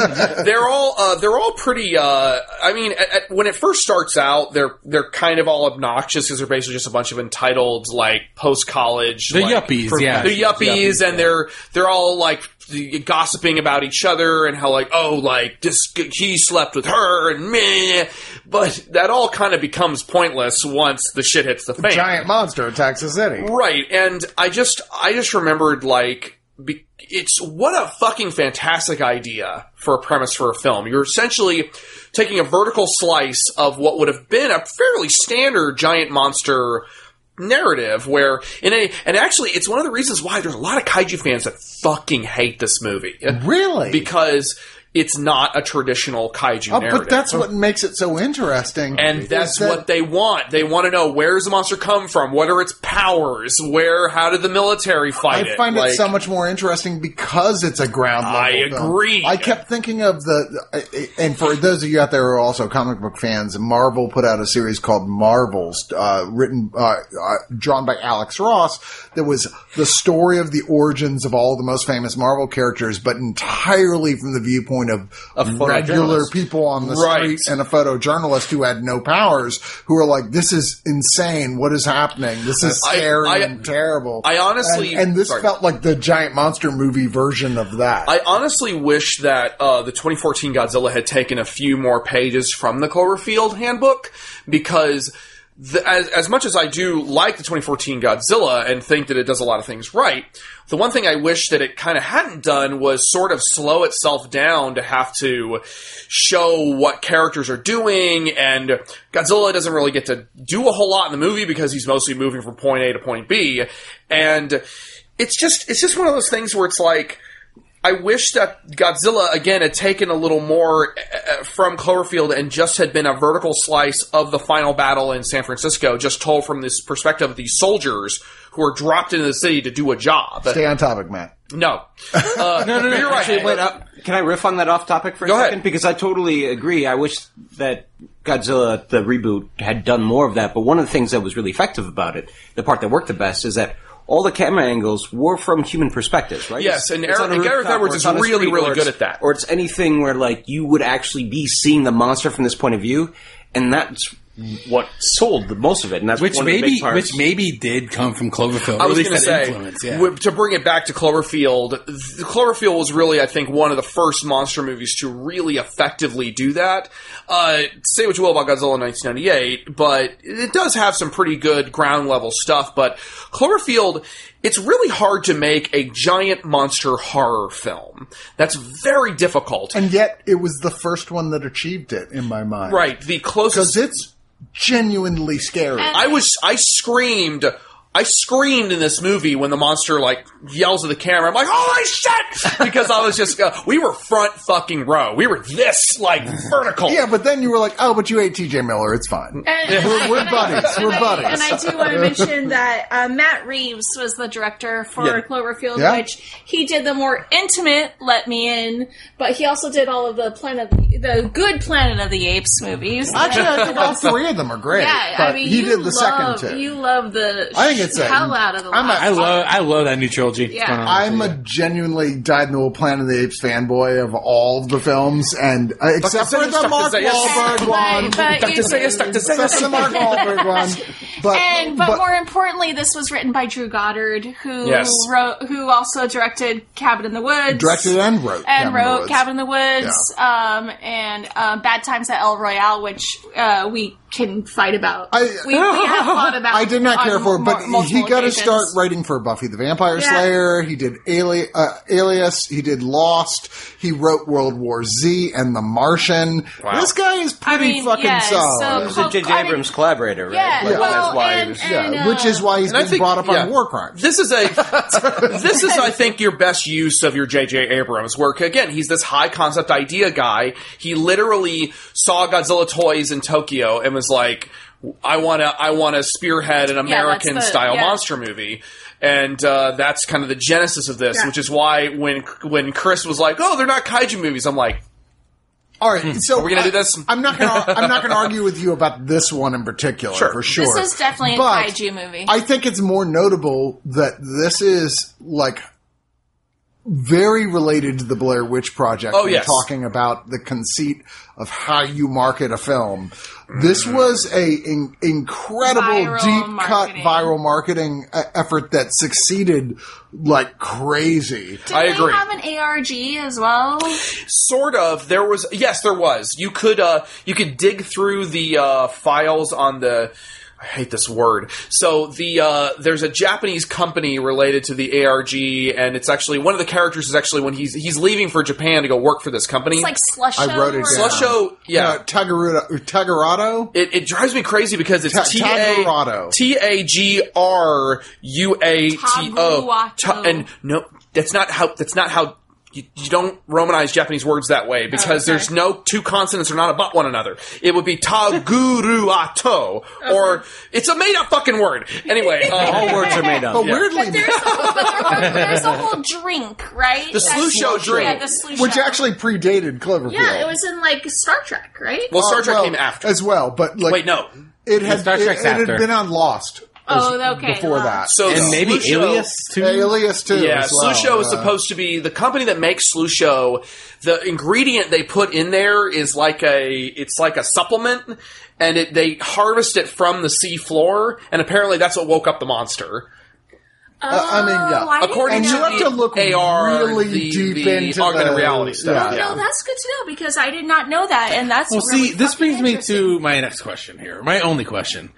they're all uh, they're all pretty. Uh, I mean, at, at- when it first starts out, they're they're kind of all obnoxious because they're basically just a bunch of entitled like post college. They're yuppies, yeah. They're yuppies, and they're they're all like gossiping about each other and how like oh like this he slept with her and me, but that all kind of becomes pointless once the shit hits the fan. Giant monster attacks a city. Right, and I just I just remembered like be, it's what a fucking fantastic idea for a premise for a film. You're essentially taking a vertical slice of what would have been a fairly standard giant monster narrative where in a and actually it's one of the reasons why there's a lot of kaiju fans that fucking hate this movie Really? because it's not a traditional kaiju Oh, narrative. but that's what makes it so interesting. And is that's that- what they want. They want to know where's the monster come from? What are its powers? Where? How did the military fight I it? find Like, it so much more interesting because it's a ground level. I film. agree. I kept thinking of the, and for those of you out there who are also comic book fans, Marvel put out a series called Marvels, uh, written, uh, uh, drawn by Alex Ross, that was the story of the origins of all the most famous Marvel characters, but entirely from the viewpoint of, regular photojournalist. people on the Right. street and a photojournalist who had no powers, who are like, this is insane. What is happening? This is I- scary I- and terrible. I honestly- and, and this sorry. felt like the giant monster movie version of that. I honestly wish that uh, the 2014 Godzilla had taken a few more pages from the Cloverfield handbook because the, as, as much as I do like the 2014 Godzilla and think that it does a lot of things right, the one thing I wish that it kind of hadn't done was sort of slow itself down to have to show what characters are doing. And Godzilla doesn't really get to do a whole lot in the movie because he's mostly moving from point A to point B. And it's just it's just one of those things where it's like. I wish that Godzilla again had taken a little more uh, from Cloverfield and just had been a vertical slice of the final battle in San Francisco, just told from this perspective of these soldiers who are dropped into the city to do a job. Stay on topic, Matt. No, uh, no, no, no. You're right. Actually, wait up. Can I riff on that off topic for a Go ahead. second? Because I totally agree. I wish that Godzilla, the reboot, had done more of that. But one of the things that was really effective about it, the part that worked the best, is that all the camera angles were from human perspectives, right? Yes, and Eric- on a and Gareth rooftop, Edwards or it's is on a really, street, really or it's- good at that. Or it's anything where, like, you would actually be seeing the monster from this point of view, and that's what sold the most of it. And that's which one of the maybe big parts. which maybe did come from Cloverfield. or I at was least going to that say influence, yeah. w- to bring it back to Cloverfield. th- Cloverfield was really, I think, one of the first monster movies to really effectively do that. Uh, say what you will about Godzilla in 1998, but it does have some pretty good ground level stuff. But Cloverfield, it's really hard to make a giant monster horror film. That's very difficult. And yet, it was the first one that achieved it in my mind. right, the Because closest it's genuinely scary. And- I was I screamed I screamed in this movie when the monster like yells at the camera. I'm like, "Holy shit!" because I was just uh, we were front fucking row. We were this like vertical. yeah, but then you were like, oh, but you ate TJ Miller. It's fine. And, We're- we're and I- buddies. and We're I- buddies. And I do want to mention that uh, Matt Reeves was the director for Yeah. Cloverfield, Yeah. which he did the more intimate "Let Me In," but he also did all of the Planet, of the, the good Planet of the Apes movies. Actually, I think all three of them are great. yeah, but I mean, he you did the love, second two. You love the I think it's a- hell out of the. I'm a- last I one. love I love that new trilogy. Um, It's Yeah. going on. I'm a genuinely died in the wool Planet of the Apes fanboy of all the films, and uh, except for Zeus, the Dr. Mark Zeus. Wahlberg one. But- but Dr. it- Zeus, Dr. Zeus. Except for the Mark Wahlberg one. But, and but, more importantly, this was written by Drew Goddard, who Yes. wrote, who also directed Cabin in the Woods, directed and wrote and Cabin in the wrote Woods. Cabin in the Woods, um, and uh, Bad Times at El Royale, which uh, we can fight about. I- we, we have fought about. I did not on care for it, but mul- multiple he got to occasions. start writing for Buffy the Vampire Yeah. Slayer. He did Ali- uh, Alias. He did Lost. He wrote World War Z and The Martian. Wow. This guy is I pretty mean, fucking yeah, solid. so It's a J.J. I mean- Abrams collaborator, right? Yeah, Like, well, that's why. and, yeah, and, uh, which is why he's And I been think- brought up yeah. on war crimes. This is a this is I think your best use of your JJ Abrams work. Again, he's this high concept idea guy. He literally saw Godzilla toys in Tokyo and was like I want to I want to spearhead an that's American the- style yeah. monster movie. And uh, that's kind of the genesis of this, Yeah. which is why when when Chris was like, "Oh, they're not kaiju movies," I'm like, All right, so Hmm. Are we gonna I- do this? I'm not gonna. I'm not gonna argue with you about this one in particular Sure. for sure. This is definitely But a kaiju movie. I think it's more notable that this is like very related to the Blair Witch Project. Oh, when yes. talking about the conceit of how you market a film. This Mm. was a in- incredible Viral deep cut marketing. viral marketing uh, effort that succeeded like crazy. did I they agree. have an ARG as well? sort of there was yes there was you could uh you could dig through the uh files on the I hate this word. So the uh, there's a Japanese company related to the ARG, and it's actually one of the characters is actually when he's he's leaving for Japan to go work for this company. It's like Slusho. I wrote it or- down. Slusho, yeah, Uh, Tagaruta, Tagarato. it, it drives me crazy because it's Ta- T A Tagruato. T A G R U A T O, Tagruato. Ta- and no, that's not how. That's not how. You, you don't romanize Japanese words that way because okay. there's no two consonants are not about one another. It would be taguruato, or it's a made up fucking word. Anyway, uh, All words are made up. But Yeah. weirdly, But there's, a whole, but there- there's a whole drink, right? The That's- Slusho drink. Yeah, the Slusho. which actually predated Cloverfield. Yeah, it was in like Star Trek, right? well, Star Uh, Trek well, came after. as well, but like Wait, no. it had Star it, Trek's it had after. been on Lost. as- Oh, okay, Before Lost. that, So and maybe Slusho- Alias too. Alias too. Yeah, as well. Slusho is Uh, supposed to be the company that makes Slusho. The ingredient they put in there is like a it's like a supplement, and it, they harvest it from the sea floor, and apparently that's what woke up the monster. Uh, I mean, yeah. Oh, I didn't According And to you know. have to look the AR, really the- deep the into augmented the- reality stuff. yeah. Oh, Yeah. no, that's good to know because I did not know that, and that's Well, really see, this fucking brings me interesting. to my next question here. My only question.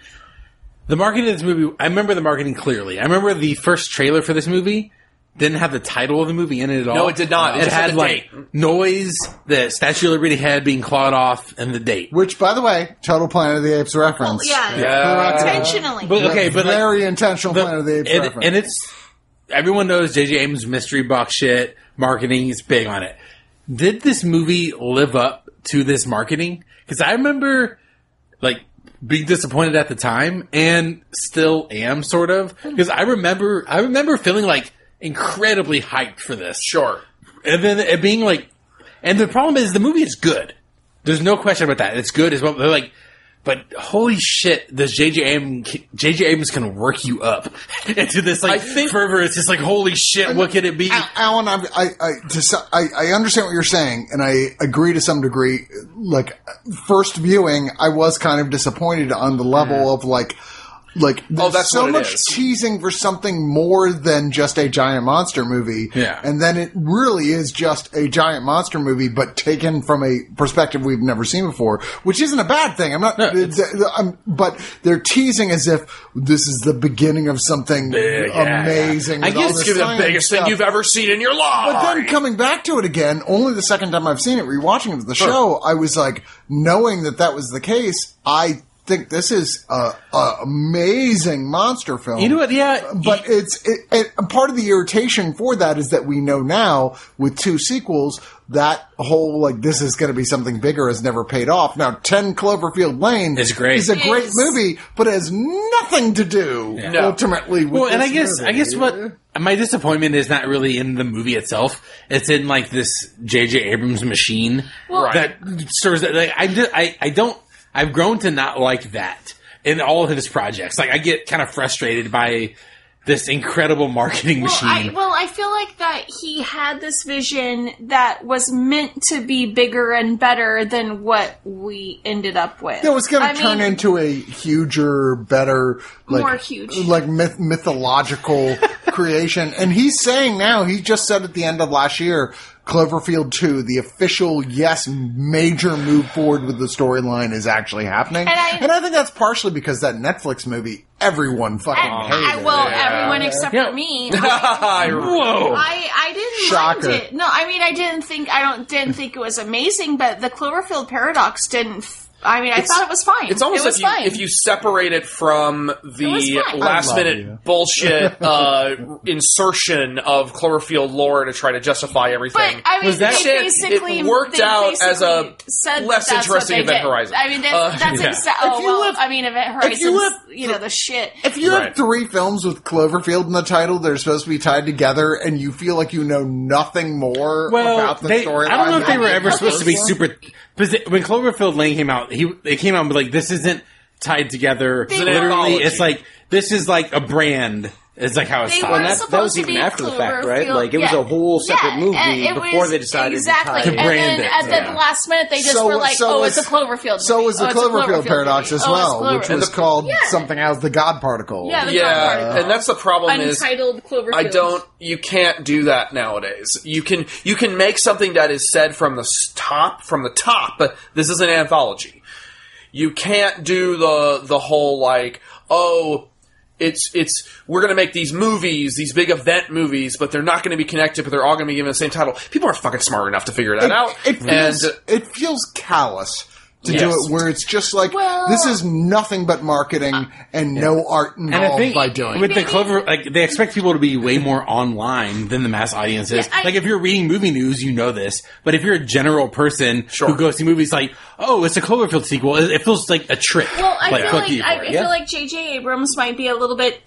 The marketing of this movie, I remember the marketing clearly. I remember the first trailer for this movie didn't have the title of the movie in it at all. it did not. It It, just had had the like noise, the Statue of Liberty head being clawed off, and the date. Which, by the way, total Planet of the Apes reference. yeah, intentionally. But okay, uh, But but like, very intentional the- Planet of the Apes and, reference. and it's everyone knows J.J. Abrams' mystery box shit. Marketing is big on it. Did this movie live up to this marketing? Because I remember like being disappointed at the time, and still am sort of. Because I remember, I remember feeling like incredibly hyped for this. Sure. and then it being like, and the problem is the movie is good. There's no question about that. It's good as well. They're like, but holy shit, does JJ Am- JJ Abrams can work you up into this like I think- fervor? It's just like holy shit, what could it be? Al- Alan, I'm, I, I, to, so- I, I understand what you're saying, and I agree to some degree. Like first viewing, I was kind of disappointed on the level of like, like there's that's so what it much is. teasing for something more than just a giant monster movie. Yeah. and then it really is just a giant monster movie, but taken from a perspective we've never seen before, which isn't a bad thing. I'm not, it's- I'm, but they're teasing as if this is the beginning of something yeah. amazing. I with guess all it's this Give the science biggest thing stuff. you've ever seen in your life. But then coming back to it again, only the second time I've seen it, rewatching it for the show, I was like, knowing that that was the case, I think this is a, a amazing monster film. you know what? Yeah, But it's it, it, and part of the irritation for that is that we know now with two sequels that whole like this is going to be something bigger has never paid off. Now Ten Cloverfield Lane Is great. is a great Yes. movie, but it has nothing to do No. ultimately. With well, and I this guess I movie. guess what my disappointment is not really in the movie itself. It's in like this J.J. Abrams machine Right. that serves. Like I, just, I, I don't. I've grown to not like that in all of his projects. Like I get kind of frustrated by this incredible marketing Well, I, machine. well, I feel like that he had this vision that was meant to be bigger and better than what we ended up with. It was going I to turn mean, into a huger, better, like, More huge. like myth- mythological creation. And he's saying now, he just said at the end of last year, Cloverfield 2, the official, yes, major move forward with the storyline is actually happening. And I- think that's partially because that Netflix movie, everyone fucking And hated. I, well, Yeah. everyone except Yeah. for me. I, Whoa! I, I didn't Shocker. mind it. No, I mean I didn't think I don't didn't think it was amazing, but the Cloverfield paradox didn't. F- I mean, I thought it was fine. It's almost it was if you fine. if you separate it from was the fine. I last love minute you. bullshit uh, insertion of Cloverfield lore to try to justify everything. But I mean, Was that- they Shit, basically it worked they out as a basically said less that's what interesting they Event did. Horizon. I mean, that's, Uh, that's yeah. exactly. Oh, If you well, live- I mean, Event Horizon's, you live- you, know, the shit. If you have Right. three films with Cloverfield in the title, they're supposed to be tied together, and you feel like you know nothing more well, about the they, I storyline. don't know if than they were the ever first supposed to be one. super. Because it- when Cloverfield Lane came out, he they came out and be like, "This isn't tied together." They Literally, were- it's like this is like a brand. It's like how it's They tied. were that- that was supposed to even be after the fact, right? Cloverfield- Like, it was yeah. a whole separate Yeah, movie and it before was- they decided to exactly. tie it. To brand and then it, at the yeah. last minute, they just So were was- like, so "Oh, was- it's a Cloverfield." So movie. was the Oh, it's a Cloverfield paradox movie. as Oh, it's well, Clover- which And was the- called Yeah. something else, the God particle. Yeah, the God yeah, particle. and that's the problem is untitled Cloverfield. I don't. You can't do that nowadays. You can you can make something that is said from the s- top from the top. But this is an anthology. You can't do the the whole like oh. It's it's we're gonna make these movies, these big event movies, but they're not gonna be connected, but they're all gonna be given the same title. People are fucking smart enough to figure that out. It feels, and it feels callous to do Yes. it where it's just like Well- this is nothing but marketing and no art And I involved think by doing with it. the Clover, like they expect people to be way more online than the mass audience is. Yeah, I- like if you're reading movie news, you know this. But if you're a general person Sure. who goes to movies, like oh, it's a Cloverfield sequel, it, it feels like a trick. Well, I feel fuck like you I, for I it. feel like J.J. Abrams might be a little bit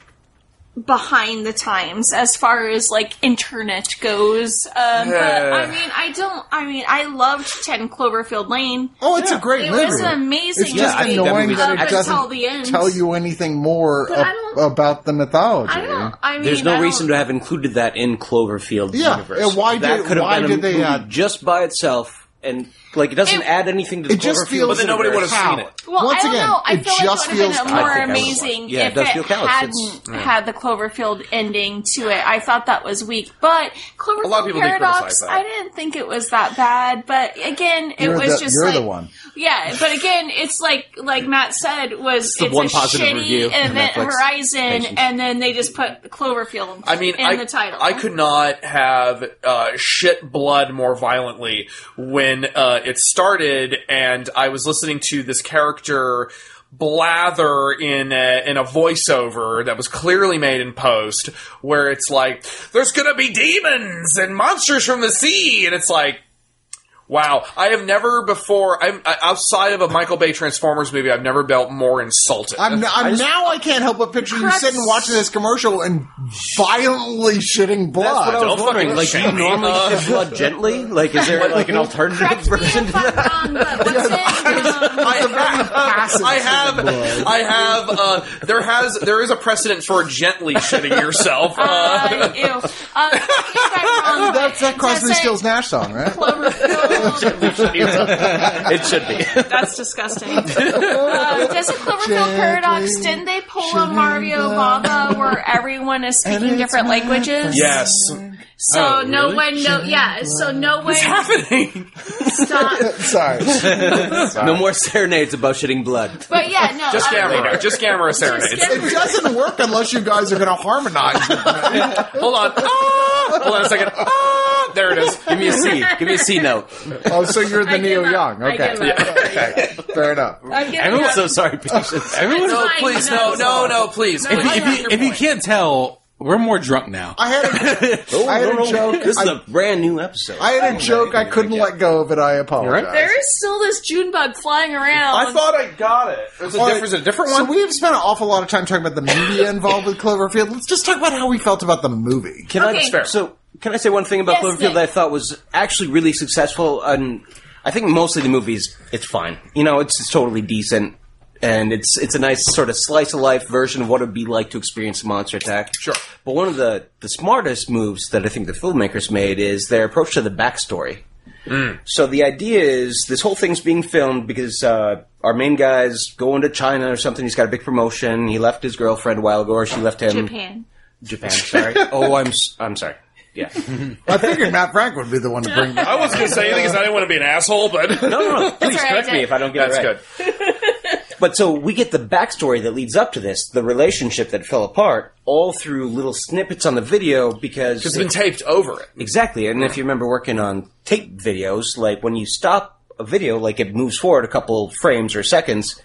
behind the times as far as like internet goes. Um, But I mean, I don't. I mean, I loved Ten Cloverfield Lane. oh, it's a great It movie. was an amazing. it's just movie. annoying movie's that up it doesn't until the end. tell you anything more But I ab- don't- about the mythology. I don't. I mean, There's I no don't- reason to have included that in Cloverfield Yeah, universe. and why that did- could have why been a did they movie add- just by itself and like it doesn't It- add anything to the It just Cloverfield feels. But then nobody would have How? seen it. Well, Once I don't again, know. I it feel like just it would feels. have been I more think I was amazing like- yeah, it if does it, feel callous. It's- hadn't had the Cloverfield ending to it. I thought that was weak, but Cloverfield lot of people did criticize Paradox, that. I didn't think it was that bad. But again, it You're, was the, just you're like the one. yeah. But again, it's like like Matt said was it's, the one a positive shitty review on Event Netflix. Horizon, Patience. and then they just put Cloverfield. I mean, in I, the title, I could not have uh, shit blood more violently when uh, it started, and I was listening to this character blather in a, in a voiceover that was clearly made in post, where it's like, "There's gonna be demons and monsters from the sea," and it's like. Wow, I have never before. I'm I- outside of a Michael Bay Transformers movie. I've never felt more insulted. I'm, I'm now I can't help but picture you sitting watching this commercial and violently shitting blood. That's what I was Don't fucking wondering. Like, do you shame me. normally Uh, shed blood gently? Like, is there like an alternative Correct me version to if I'm that? wrong, but what's in, um, I have, I have, I have. Uh, there has, there is a precedent for gently shitting yourself. Uh, uh, ew. Um, I'm wrong, but That's that Crosby, doesn't Stills, Nash song, right? Cloverfield It should be. That's disgusting. Uh, doesn't Cloverfield Gently Paradox? Didn't they pull a Mario Baba where everyone is speaking it's different my languages? yes, So Oh, no really? one, no, yeah. So no one happening. stopped. Sorry. No more serenades about shitting blood. But yeah, no. Just I- Gamera, just Gamera Just serenades. Gamera. It doesn't work unless you guys are going to harmonize. Hold on, ah, hold on a second. Ah, there it is. Give me a C. Give me a C note. oh, so you're the I give Neil up. Young. I Okay. give up. okay. Fair enough. I'm giving I'm up. so sorry, patience. Everyone, No, please, no, no, no, please. No, please. I- if you, if you can't tell, we're more drunk now. I had a, I had a joke. This is I- a brand new episode. I had a joke I couldn't let go of it. I apologize. There is still this June bug flying around. I thought I got it. There's a, All diff- right. there's a different So one. we have spent an awful lot of time talking about the media involved with Cloverfield. Let's just talk about how we felt about the movie. Can Okay. I so can I say one thing about Yes, Cloverfield Nick. that I thought was actually really successful? And I think mostly the movies, it's fine. You know, it's, it's totally decent, and it's it's a nice sort of slice of life version of what it'd be like to experience a monster attack. Sure. But one of the the smartest moves that I think the filmmakers made is their approach to the backstory. Mm. So the idea is this whole thing's being filmed because uh, our main guy's going to China or something. He's got a big promotion. He left his girlfriend a while ago, or she left him. Japan. Japan. Sorry. oh, I'm s- I'm sorry. Yeah. I figured Matt Frank would be the one to bring that. I wasn't gonna say anything because I didn't want to be an asshole, but No, no, no. Please all right, correct I me did. if I don't get that's it right. good. But so we get the backstory that leads up to this, the relationship that fell apart, all through little snippets on the video because It's been taped over it. exactly. And if you remember working on tape videos, like when you stop a video, like it moves forward a couple frames or seconds.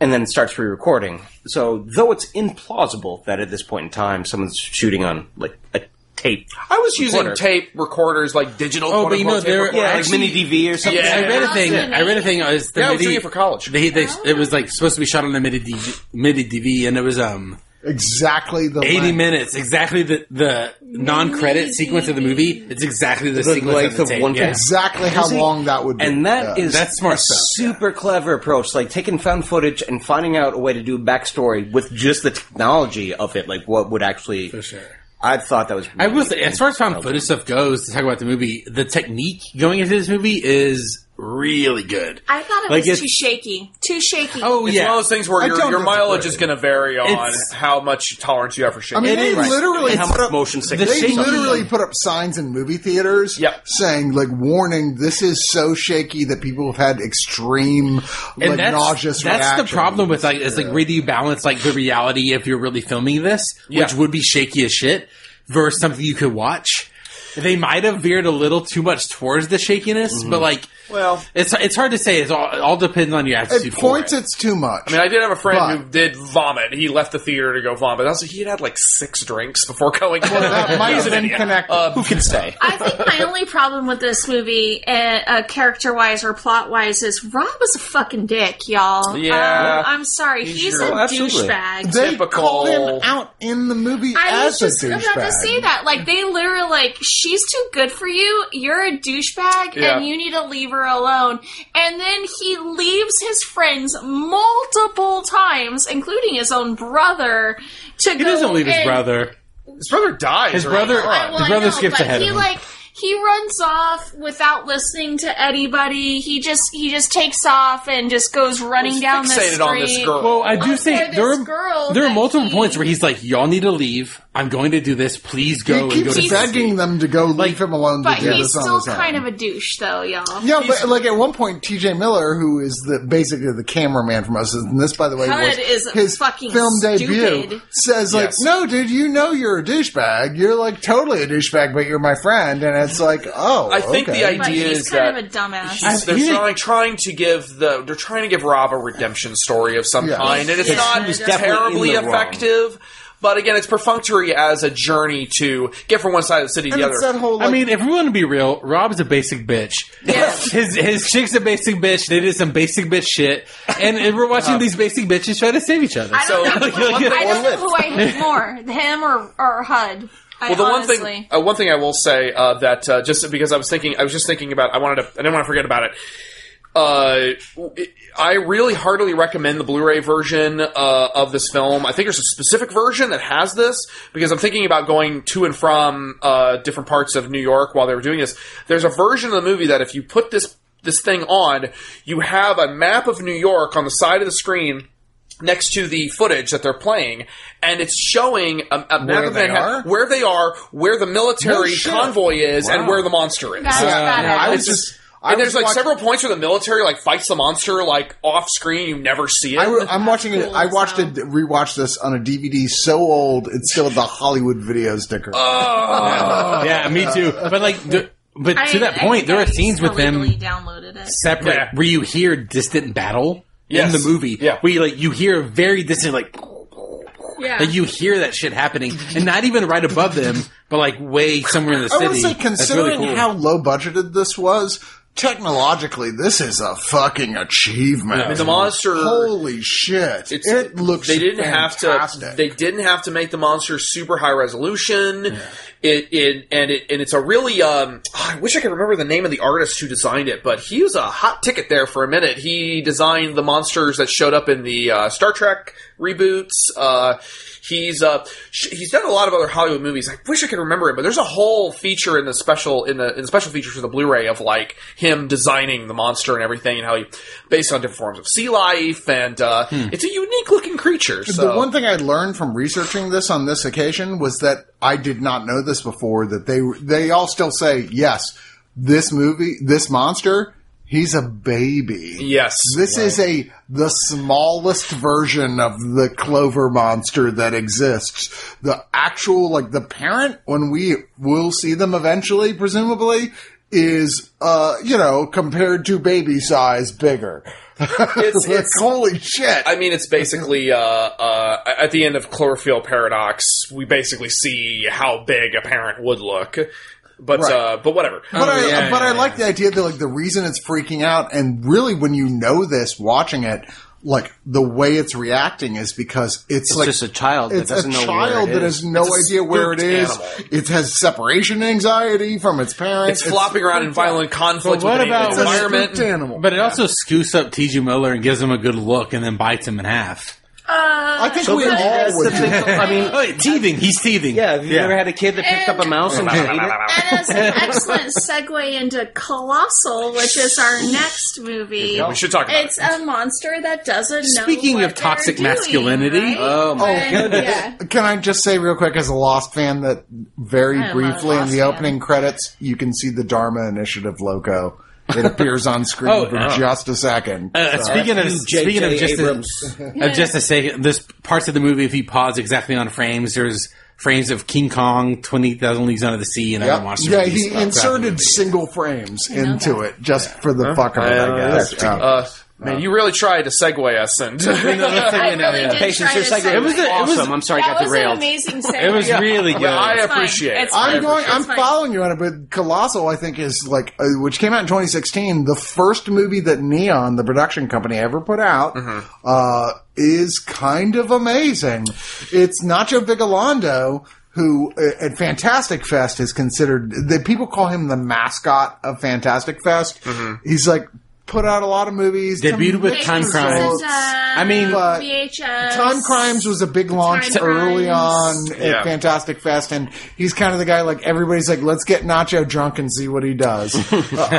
And then it starts re-recording. So, though it's implausible that at this point in time someone's shooting on like a tape, I was using Recorder. tape recorders, like digital. Oh, but you quote-unquote know, tape they're- yeah, recorders. like mini DV or something. Yeah. I read a thing. I read a thing. It was the Yeah, I was MIDI- doing it for college. They, they, It was like supposed to be shot on a midi DV, midi DV, and it was um Exactly the 80 length. minutes. Exactly the the non credit sequence of the movie. It's exactly the, sequence length of, the of tape, one yeah. piece. Exactly how long that would be. And that Yeah. is That's smart a stuff, super clever approach, like taking found footage and finding out a way to do backstory with just the technology of it, like what would actually. For sure. I thought that was. I will say, as far as found footage stuff goes, to talk about the movie, the technique going into this movie is really good. I thought it Like was it's- too shaky. Too shaky. Oh It's yeah, one of those things where I your, don't your mileage disagree. is going to vary on It's- how much tolerance you have for shit. I mean, they is. literally And how put much up, motion They sickness is on it. literally put up signs in movie theaters Yep. saying like warning: this is so shaky that people have had extreme like and that's, nauseous. that's reactions. the problem with like it's like where do you balance like the reality if you're really filming this, which Yeah. would be shaky as shit, versus something you could watch. They might have veered a little too much towards the shakiness, Mm-hmm. but like, Well- it's it's hard to say. It's all it all depends on your At attitude. for points, it. it's too much. I mean, I did have a friend But- who did vomit. He left the theater to go vomit. Also, he had had like six drinks before going. in. that might He's have an been idiot. connected. Who can say? I think my only problem with this movie, uh, uh, character wise or plot wise, is Rob is a fucking dick, y'all. Yeah. Um, I'm sorry, he's, your- a Oh, absolutely. douchebag. they typical- call him out in the movie I was as a just about douchebag. to say that. Like, they literally, like, she's too good for you. You're a douchebag, Yeah. and you need to leave her alone. And then he leaves his friends multiple times, including his own brother, to he doesn't leave his brother. His brother dies. His early brother- on. I, well, The brother I know, skips but ahead he of him. like he runs off without listening to anybody. He just he just takes off and just goes running He's down the fixated street. on this girl. Well, I do Or say this there are, girl there are that multiple he- points where he's like, "Y'all need to leave. I'm going to do this. Please go He and go keeps to begging them to go leave him alone. But to do he's this on still his own. kind of a douche, though, y'all. Yeah, but like at one point, T.J. Miller, who is the basically the cameraman from us, and this, by the way, God was is his fucking film debut, stupid. says like, Yes. "No, dude, you know you're a douchebag. You're like totally a douchebag, but you're my friend." And it's like, oh, I think the okay. idea- But he's is kind that of a dumbass. He's- they're he's- trying, trying to give the they're trying to give Rob a redemption story of some Yeah. kind, and it's Yeah, not he was definitely terribly in the wrong. effective. But again, it's perfunctory as a journey to get from one side of the city to And the it's that other. whole. Like, I mean, if we want to be real, Rob's a basic bitch. his his chick's a basic bitch. They did some basic bitch shit, and, and we're watching these basic bitches try to save each other. I So- don't know. Like, I like, don't know who I hate more, him or or HUD. I Well, the honestly. one thing, uh, one thing I will say uh, that uh, just because I was thinking, I was just thinking about, I wanted to, I didn't want to forget about it. Uh, I really heartily recommend the Blu-ray version uh, of this film. I think there's a specific version that has this because I'm thinking about going to and from uh, different parts of New York while they were doing this. There's a version of the movie that if you put this this thing on, you have a map of New York on the side of the screen next to the footage that they're playing, and it's showing a, a map Where of they Manhattan- are? where they are, where the military No shit. convoy is, and Wow. where the monster is. That's badass. yeah, I was It's just. I and was there's like watching- several points where the military like fights the monster like off screen. You never see it. I, am watching it. cool I as watched hell. it, rewatched this on a DVD so old it's still the Hollywood video sticker. Oh, Oh, yeah, me too. But like, the, but I- to that I think point, there I are scenes with them illegally downloaded it. separate Yeah. where you hear distant battle Yes. in the movie. Yeah. where you, like you hear a very distant like. Yeah. Like you hear that shit happening, and not even right above them, but like way somewhere in the I city. would say, That's really considering cool. how low budgeted this was, technologically, this is a fucking achievement. mean, the monster- Holy shit! It's- it looks. They didn't have fantastic. to. They didn't have to make the monster super high resolution. It, it and it and it's a really. Um, I wish I could remember the name of the artist who designed it, but he was a hot ticket there for a minute. He designed the monsters that showed up in the uh, Star Trek reboots. Uh, he's uh, sh- he's done a lot of other Hollywood movies. I wish I could remember it, but there's a whole feature in the special in the in the special feature for the Blu-ray of like him designing the monster and everything, and how he based on different forms of sea life, and uh, it's a unique looking creature. So The one thing I learned from researching this on this occasion was that I did not know this before. That they they all still say yes. This movie, this monster, he's a baby. yes, This is a the smallest version of the clover monster that exists. The actual like the parent when we will see them eventually presumably is uh you know compared to baby size bigger. it's, it's holy shit. I mean, it's basically uh, uh, at the end of Chlorophyll Paradox, we basically see how big a parent would look. But Right. Oh, uh, but whatever. but I, yeah, but yeah, I like the idea that like the reason it's freaking out, and really when you know this, watching it, like the way it's reacting is because it's, like just a child that It's doesn't a know where child it that is. has no It's a idea where it spooked is. animal. It has separation anxiety from its parents. it's, flopping around in violent conflict But what with an about- It's a environment. spooked animal. But it also scoops up T.G. Miller and gives him a good look, and then bites him in half. I think we But all that's the would. thing. I mean, Oh, wait, teething. He's teething. yeah, have you ever had a kid that picked up a mouse and just ate it? And as an excellent segue into Colossal, which is our next movie, We should talk about it's it. a monster that doesn't know. Speaking what of toxic they're doing, masculinity, right? Oh my And- yeah. Can I just say real quick, as a Lost fan, that very I love briefly in Lost the fan. opening credits, you can see the Dharma Initiative logo. It appears on screen Oh, for no. just a second. Uh, speaking of J.J. speaking of just Abrams. A, of just a second, this parts of the movie. If you pause exactly on frames, there's frames of King Kong, Twenty Thousand Leagues Under the Sea, and Yep. other monsters. Yeah, he inserted single frames into it just for the fuck of it, I guess. Uh, Uh, man, you really tried to segue us and I really did Patience, try your to psycho say- it was a- it was- awesome. I'm sorry, I that got was an derailed. amazing segue. It was really good. I uh, It's fine. appreciate it. It's fine. I'm going. It's I'm fine. following you on it, but Colossal, I think, is like uh, which came out in 2016, the first movie that Neon, the production company, ever put out, uh, is kind of amazing. It's Nacho Vigalondo. Who uh, at Fantastic Fest is considered the people call him the mascot of Fantastic Fest. He's like put out a lot of movies. Debuted with mixed Time results. uh, Crimes. I mean, but VHS. Time Crimes was a big launch Time early Crimes. on at Yeah. Fantastic Fest, and he's kind of the guy like everybody's like, let's get Nacho drunk and see what he does. uh, uh,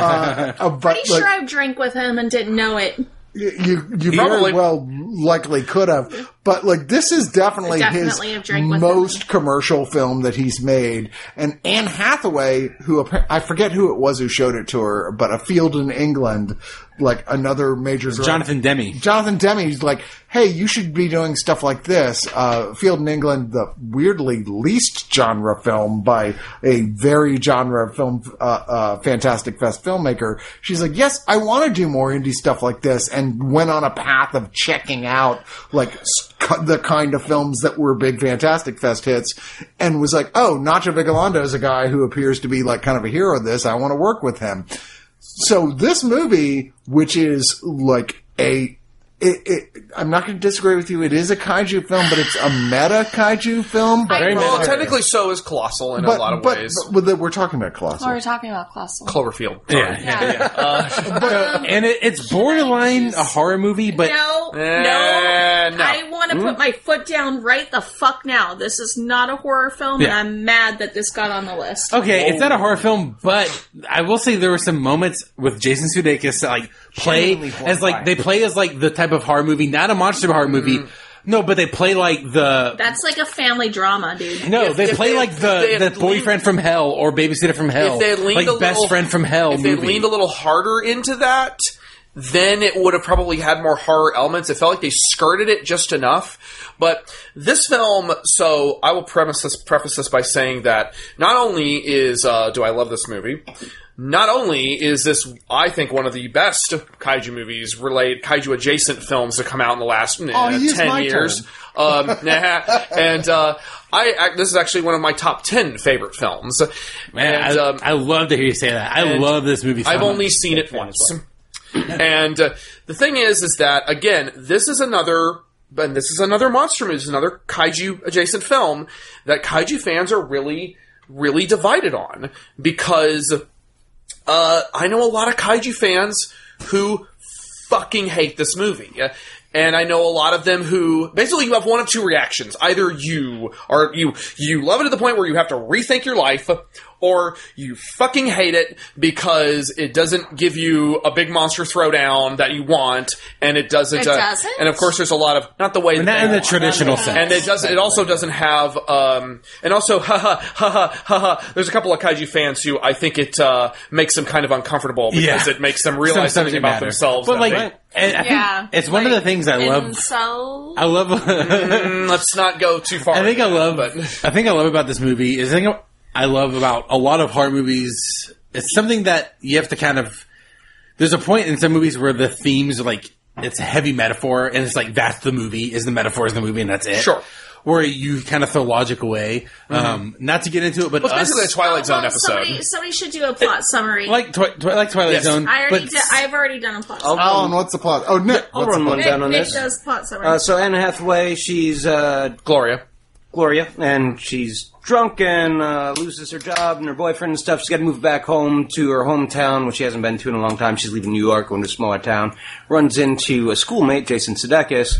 uh, but Pretty like, sure I drank with him and didn't know it. you you, you very Probably. well likely could have, but like this is definitely, Definitely have his drank with most commercial film that he's made. And Anne Hathaway, who appa- I forget who it was who showed it to her, but a field in England, like another major director- Jonathan Demi. Jonathan Demi's like, hey, you should be doing stuff like this. Uh, Field in England, the weirdly least genre film by a very genre film, uh, uh, Fantastic Fest filmmaker. She's like, yes, I want to do more indie stuff like this and went on a path of checking out like s- cu- the kind of films that were big Fantastic Fest hits and was like, oh, Nacho Vigalondo is a guy who appears to be like kind of a hero of this. I want to work with him. So this movie, which is like a, it, it, I'm not going to disagree with you. It is a kaiju film, but it's a meta kaiju film. But, well, technically, so is Colossal in but, a lot of but, ways. but with the- we're talking about Colossal. we're talking about Colossal. Cloverfield. Yeah. yeah. Um, And it, it's borderline a horror movie, but No, Eh, no, no. I want to put my foot down right the fuck now. This is not a horror film, and Yeah. Oh. I'm mad that this got on the list. okay, it's not a horror film. But I will say there were some moments with Jason Sudeikis that, like play as like they play as like the type of horror movie, not a monster horror movie. No, but they play like the That's like a family drama, dude. No, they if play they- like the, if they the had boyfriend from hell or babysitter from hell, If they had leaned like a best little- friend from hell if movie. they leaned a little harder into that, then it would have probably had more horror elements. It felt like they skirted it just enough. But this film, so I will premise this, preface this by saying that not only is uh, do I love this movie, not only is this, I think, one of the best kaiju movies related kaiju adjacent films to come out in the last uh, you used my ten years. term. Um, nah. and uh, I, I this is actually one of my top ten favorite films. Man, and, I, um, I love to hear you say that. I and love this movie. So I've much. only seen it once. and uh, the thing is, is that again, this is another, and this is another monster movie, this is another kaiju adjacent film that kaiju fans are really, really divided on because uh, I know a lot of kaiju fans who fucking hate this movie. Yeah. And I know a lot of them who basically you have one of two reactions. Either you are you you love it to the point where you have to rethink your life, or you fucking hate it because it doesn't give you a big monster throwdown that you want, and it doesn't. It uh, doesn't? And of course, there's a lot of not the way that not they in the want. traditional sense. And it does. It also doesn't have. Um, and also, ha ha ha ha ha. ha. There's a couple of kaiju fans who I think it uh, makes them kind of uncomfortable because Yeah. it makes them Some realize something subject about matter. themselves. But that like, they- and I think Yeah, it's one of the like, things I And love. so I love. Mm, let's not go too far. I think I love. But I think I love about this movie is I think I love about a lot of horror movies. It's something that you have to kind of. There's a point in some movies where the themes are like it's a heavy metaphor, and it's like that's the movie is the metaphor is the movie, and that's it. Sure. Mm-hmm. Where you kind of throw logic away. Um, not to get into it, but well, it's us, basically a Twilight Zone Well, episode. Oh, Somebody, somebody should do a plot summary. like twi- twi- like Twilight Yes. Zone. I already, but did, I've already done a plot. summary. Alan, what's the plot? Oh, Nick, I'll what's the run plot? one down on Nick this. does plot summary. Uh, so Anna Hathaway, she's uh, Gloria. Gloria, and she's drunk and uh, loses her job and her boyfriend and stuff. She's got to move back home to her hometown, which she hasn't been to in a long time. She's leaving New York, going to a smaller town. Runs into a schoolmate, Jason Sudeikis,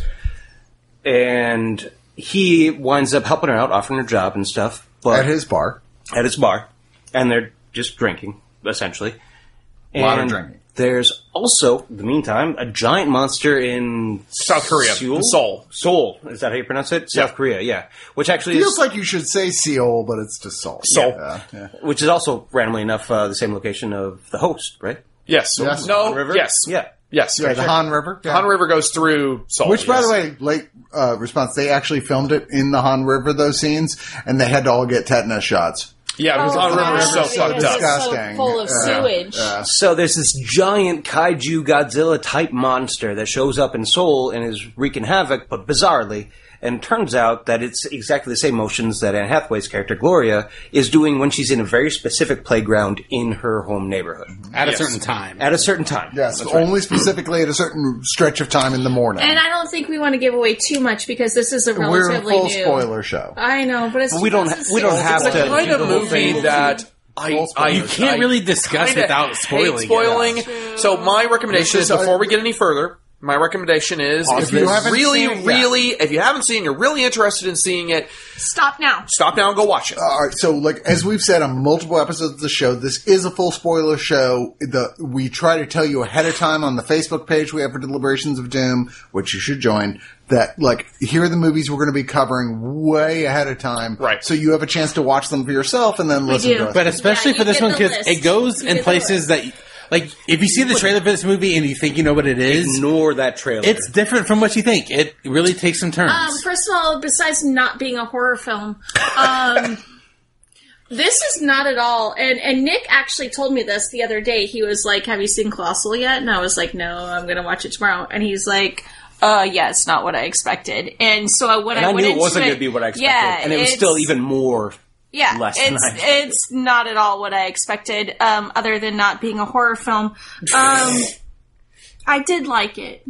and he winds up helping her out, offering her job and stuff. But At his bar. at his bar, and they're just drinking, essentially. A Lot of drinking. There's also, in the meantime, a giant monster in South Korea. Seoul? Seoul. Seoul. Is that how you pronounce it? South Yeah. Korea, yeah. Which actually Feels is, like you should say Seoul, but it's just Seoul. Seoul. Yeah, yeah. which is also randomly enough uh, the same location of the host, right? Yes. Yes. No. River. Oh, Yes. Yeah. Yes. Yeah, the Han River. Yeah. Han River goes through Seoul. Which, by yes. the way, late uh, response, they actually filmed it in the Han River, those scenes, and they had to all get tetanus shots. yeah, Oh, Oh, because Han River Oh, is so gosh, fucked yes. up. Disgusting. disgusting. full of Uh, sewage. So there's this giant kaiju Godzilla type monster that shows up in Seoul and is wreaking havoc, but bizarrely. And turns out that it's exactly the same motions that Anne Hathaway's character Gloria is doing when she's in a very specific playground in her home neighborhood at a Yes. certain time. at a certain time. Yes, only specifically at a certain stretch of time in the morning. and I don't think we want to give away too much because this is a We're a relatively full new. spoiler show. I know, but it's But we don't ha- we don't 2006. have It's to the kind do of the whole movie thing. that I, Full I spoilers. You can't I really discuss kinda without hate spoiling it. spoiling. So my recommendation This is is- before we get any further. My recommendation is Pause if this. you You haven't really, seen it yet. really, if you haven't seen, it, you're really interested in seeing it. Stop now. Stop now and go watch it. All right, so like as we've said on multiple episodes of the show, this is a full spoiler show. The we try to tell you ahead of time on the Facebook page we have for Deliberations of Doom, which you should join. That like here are the movies we're going to be covering way ahead of time, Right. So you have a chance to watch them for yourself and then listen do. to us. But especially Yeah, for you this get one, the because list. it goes You in get the places that, like, if you see the trailer for this movie and you think you know what it is, Ignore that trailer. it's different from what you think. It really takes some turns. Um, first of all, besides not being a horror film, um, this is not at all. And and Nick actually told me this the other day. He was like, "Have you seen Colossal yet?" And I was like, "No, I'm going to watch it tomorrow." And he's like. Uh, yeah, it's not what I expected, and so I- when and I, I went knew it into wasn't it, going to be what I expected, Yeah, and it was it's- still even more. yeah, less than it's I expected. it's not at all what I expected. Um, other than not being a horror film, um, I did like it.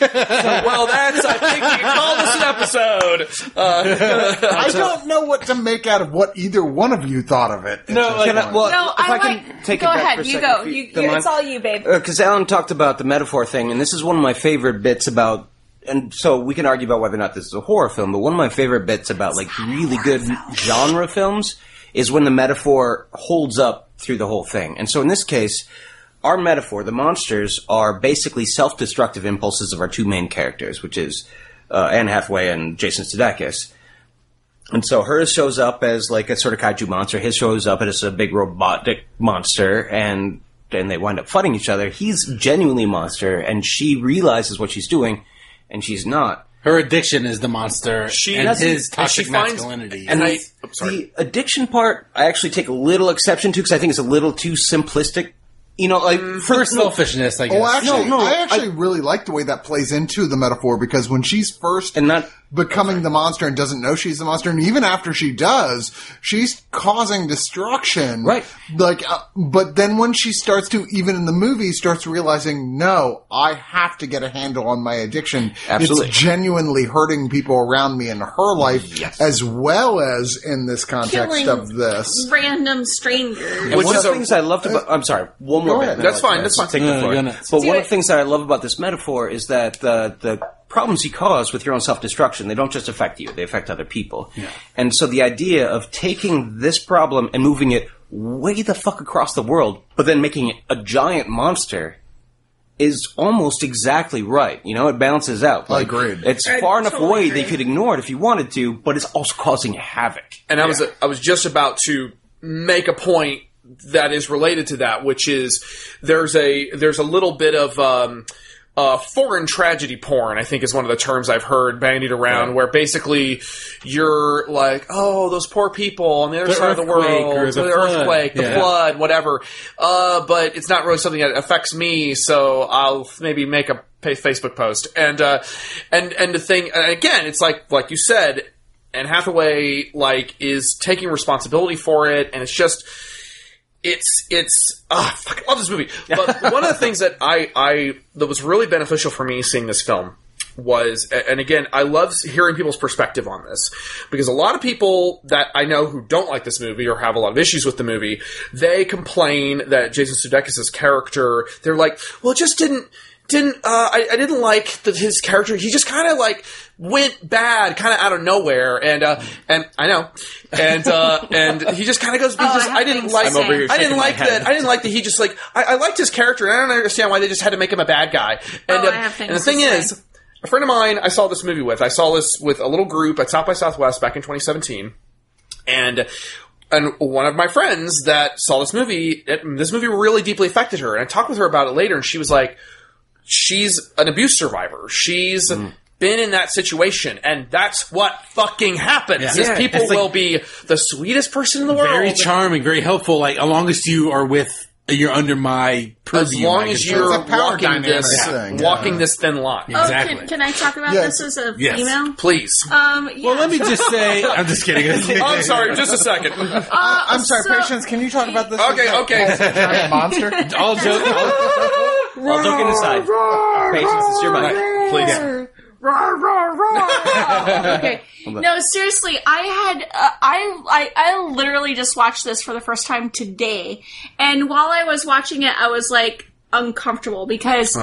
well, Oh, that's I think you call this an episode. uh, I don't know what to make out of what either one of you thought of it. No, Can I- well, No, if I, I, like. can take go it back ahead, for a you second, go. if You, don't it's mind. Uh, all you, babe. because Alan talked about the metaphor thing, and this is one of my favorite bits about. And so we can argue about whether or not this is a horror film, but one of my favorite bits about like really good genre films is when the metaphor holds up through the whole thing. And so in this case, our metaphor, the monsters, are basically self-destructive impulses of our two main characters, which is uh, Anne Hathaway and Jason Sudeikis. And so hers shows up as like a sort of kaiju monster. His shows up as a big robotic monster, and and they wind up fighting each other. He's genuinely a monster, and she realizes what she's doing, and she's not. Her addiction is the monster, She- and that's- his and she toxic finds- masculinity. and I- the, I'm sorry. the addiction part, I actually take a little exception to because I think it's a little too simplistic. You know, like Mm-hmm. her first selfishness, Oh, I guess. Well, actually, No, no, I actually really like the way that plays into the metaphor because when she's first And not- becoming the monster and doesn't know she's the monster, and even after she does, she's causing destruction. Right. Like, uh, but then when she starts to, even in the movie, starts realizing, no, I have to get a handle on my addiction. Absolutely. It's genuinely hurting people around me in her life, as well as in this context Killing of this. Random stranger. And Which one is of the a- things I loved about. I'm sorry, one more. Go bit, ahead. and then That's I'll fine, let that's you fine. Take the No, floor. go nuts. But Do one it. of the things that I love about this metaphor is that the the problems you cause with your own self destruction they don't just affect you; they affect other people. And so the idea of taking this problem and moving it way the fuck across the world, but then making it a giant monster. Is almost exactly right. You know, it balances out. Like, Agreed. It's I far enough totally away agree. that you could ignore it if you wanted to, but it's also causing havoc. and I was I was just about to make a point that is related to that, which is there's a there's a little bit of um, uh, foreign tragedy porn. I think is one of the terms I've heard bandied around, where basically you're like, oh, those poor people on the other The side of the earthquake world, or the flood. earthquake, the Yeah. flood, whatever. Uh, but it's not really something that affects me, so I'll maybe make a pa- Facebook post and uh, and and the thing and again, it's like like you said, and Hathaway like is taking responsibility for it, and it's just it's it's ah fuck, I love this movie. But one of the things that I I that was really beneficial for me seeing this film was a- and again I love hearing people's perspective on this because a lot of people that I know who don't like this movie or have a lot of issues with the movie they complain that Jason Sudeikis' character they're like well it just didn't didn't uh, I, I didn't like that his character he just kind of like went bad kind of out of nowhere and uh and I know and uh and he just kind of goes because Oh, I I, have didn't things to like I'm over say. here I didn't shaking my like head. that I didn't like that he just like I, I liked his character and I don't understand why they just had to make him a bad guy Oh, and, I um, have things and the thing to say. is a friend of mine I saw this movie with I saw this with a little group at South by Southwest back in 2017 and and one of my friends that saw this movie it, this movie really deeply affected her and I talked with her about it later and she was like she's an abuse survivor. She's been in that situation, and that's what fucking happens. Yeah. Is Yeah, people it's like- will be the sweetest person in the world. very charming, very helpful. Like, as long as you are with, you're under my as purview. I long as guess. It's you're a power walking this, dynamic thing, yeah. walking this thin line, Oh, Exactly. can, can I talk about Yes. this as a Yes. female? please. Um, yeah. Well, let me just say, I'm just kidding. I'm sorry, just a second. Uh, I'm sorry, so- Patience, can you talk about this? Okay, okay. Giant monster? All joking. all- All joking aside, patience, it's your mind. Please. roar, roar, roar. okay. No, seriously, I had uh, I, I I literally just watched this for the first time today, and while I was watching it, I was like uncomfortable because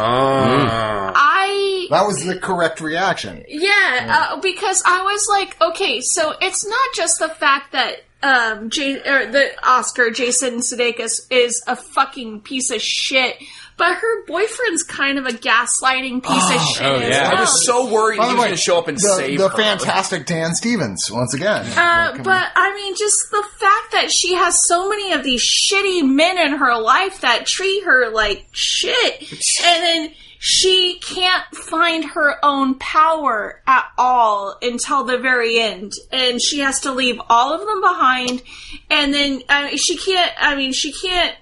I That was the correct reaction. yeah, uh, because I was like, okay, so it's not just the fact that um, J- or the Oscar Jason Sudeikis is a fucking piece of shit, but her boyfriend's kind of a gaslighting piece of shit. oh, as yeah. I well. was so worried he By was the going way, to show up and the, save the her. fantastic Dan Stevens once again. Uh, but I mean, just the fact that she has so many of these shitty men in her life that treat her like shit, and then she can't find her own power at all until the very end, and she has to leave all of them behind, and then I mean, she can't. I mean, she can't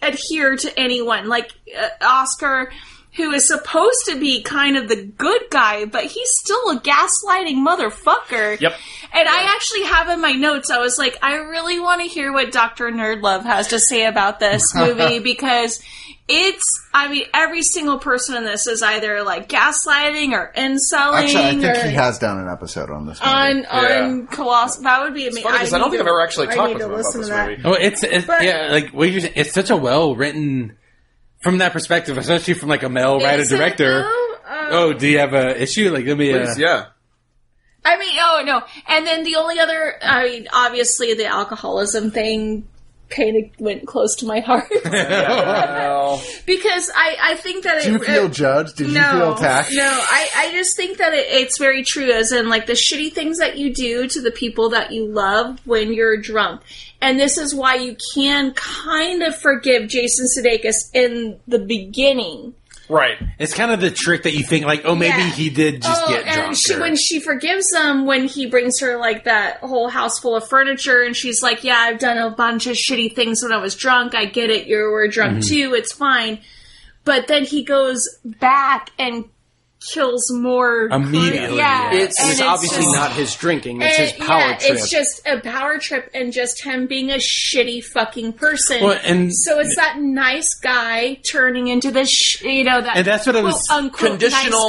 adhere to anyone. Like uh, Oscar, who is supposed to be kind of the good guy, but he's still a gaslighting motherfucker. Yep. And I actually have in my notes, I was like, I really want to hear what Dr. Nerdlove has to say about this movie because it's, I mean, every single person in this is either like gaslighting or inselling Actually, I think or. he has done an episode on this. Movie. on Yeah. on Colossus, that would be amazing. Funny 'cause I, need don't think to- I've ever actually I talked need with to him about listen this to that. movie. Oh, it's, it's But- yeah, like what you're saying, it's such a well written from that perspective, especially from like a male writer Is it, director. though? Uh, Oh, do you have a issue? Like, let me. Uh, Please, yeah. I mean, oh no. And then the only other, I mean, obviously the alcoholism thing kind of went close to my heart because I, I think that Did it, you feel it- judged? Did no, you feel attacked? No, I, I just think that it, it's very true, as in, like, the shitty things that you do to the people that you love when you're drunk. And this is why you can kind of forgive Jason Sudeikis in the beginning. Right. it's kind of the trick that you think, like, oh, maybe Yeah. he did just get and drunk. she or- when she forgives him when he brings her like that whole house full of furniture and she's like yeah i've done a bunch of shitty things when i was drunk i get it you were drunk Mm-hmm. too it's fine but then he goes back and kills more Immediately, yeah yeah. It's, and it's obviously just- not his drinking; it's his and, power yeah, trip. it's just a power trip and just him being a shitty fucking person Well, and- so it's that nice guy turning into this sh- you know that And that's what I was- quote, unquote, Conditional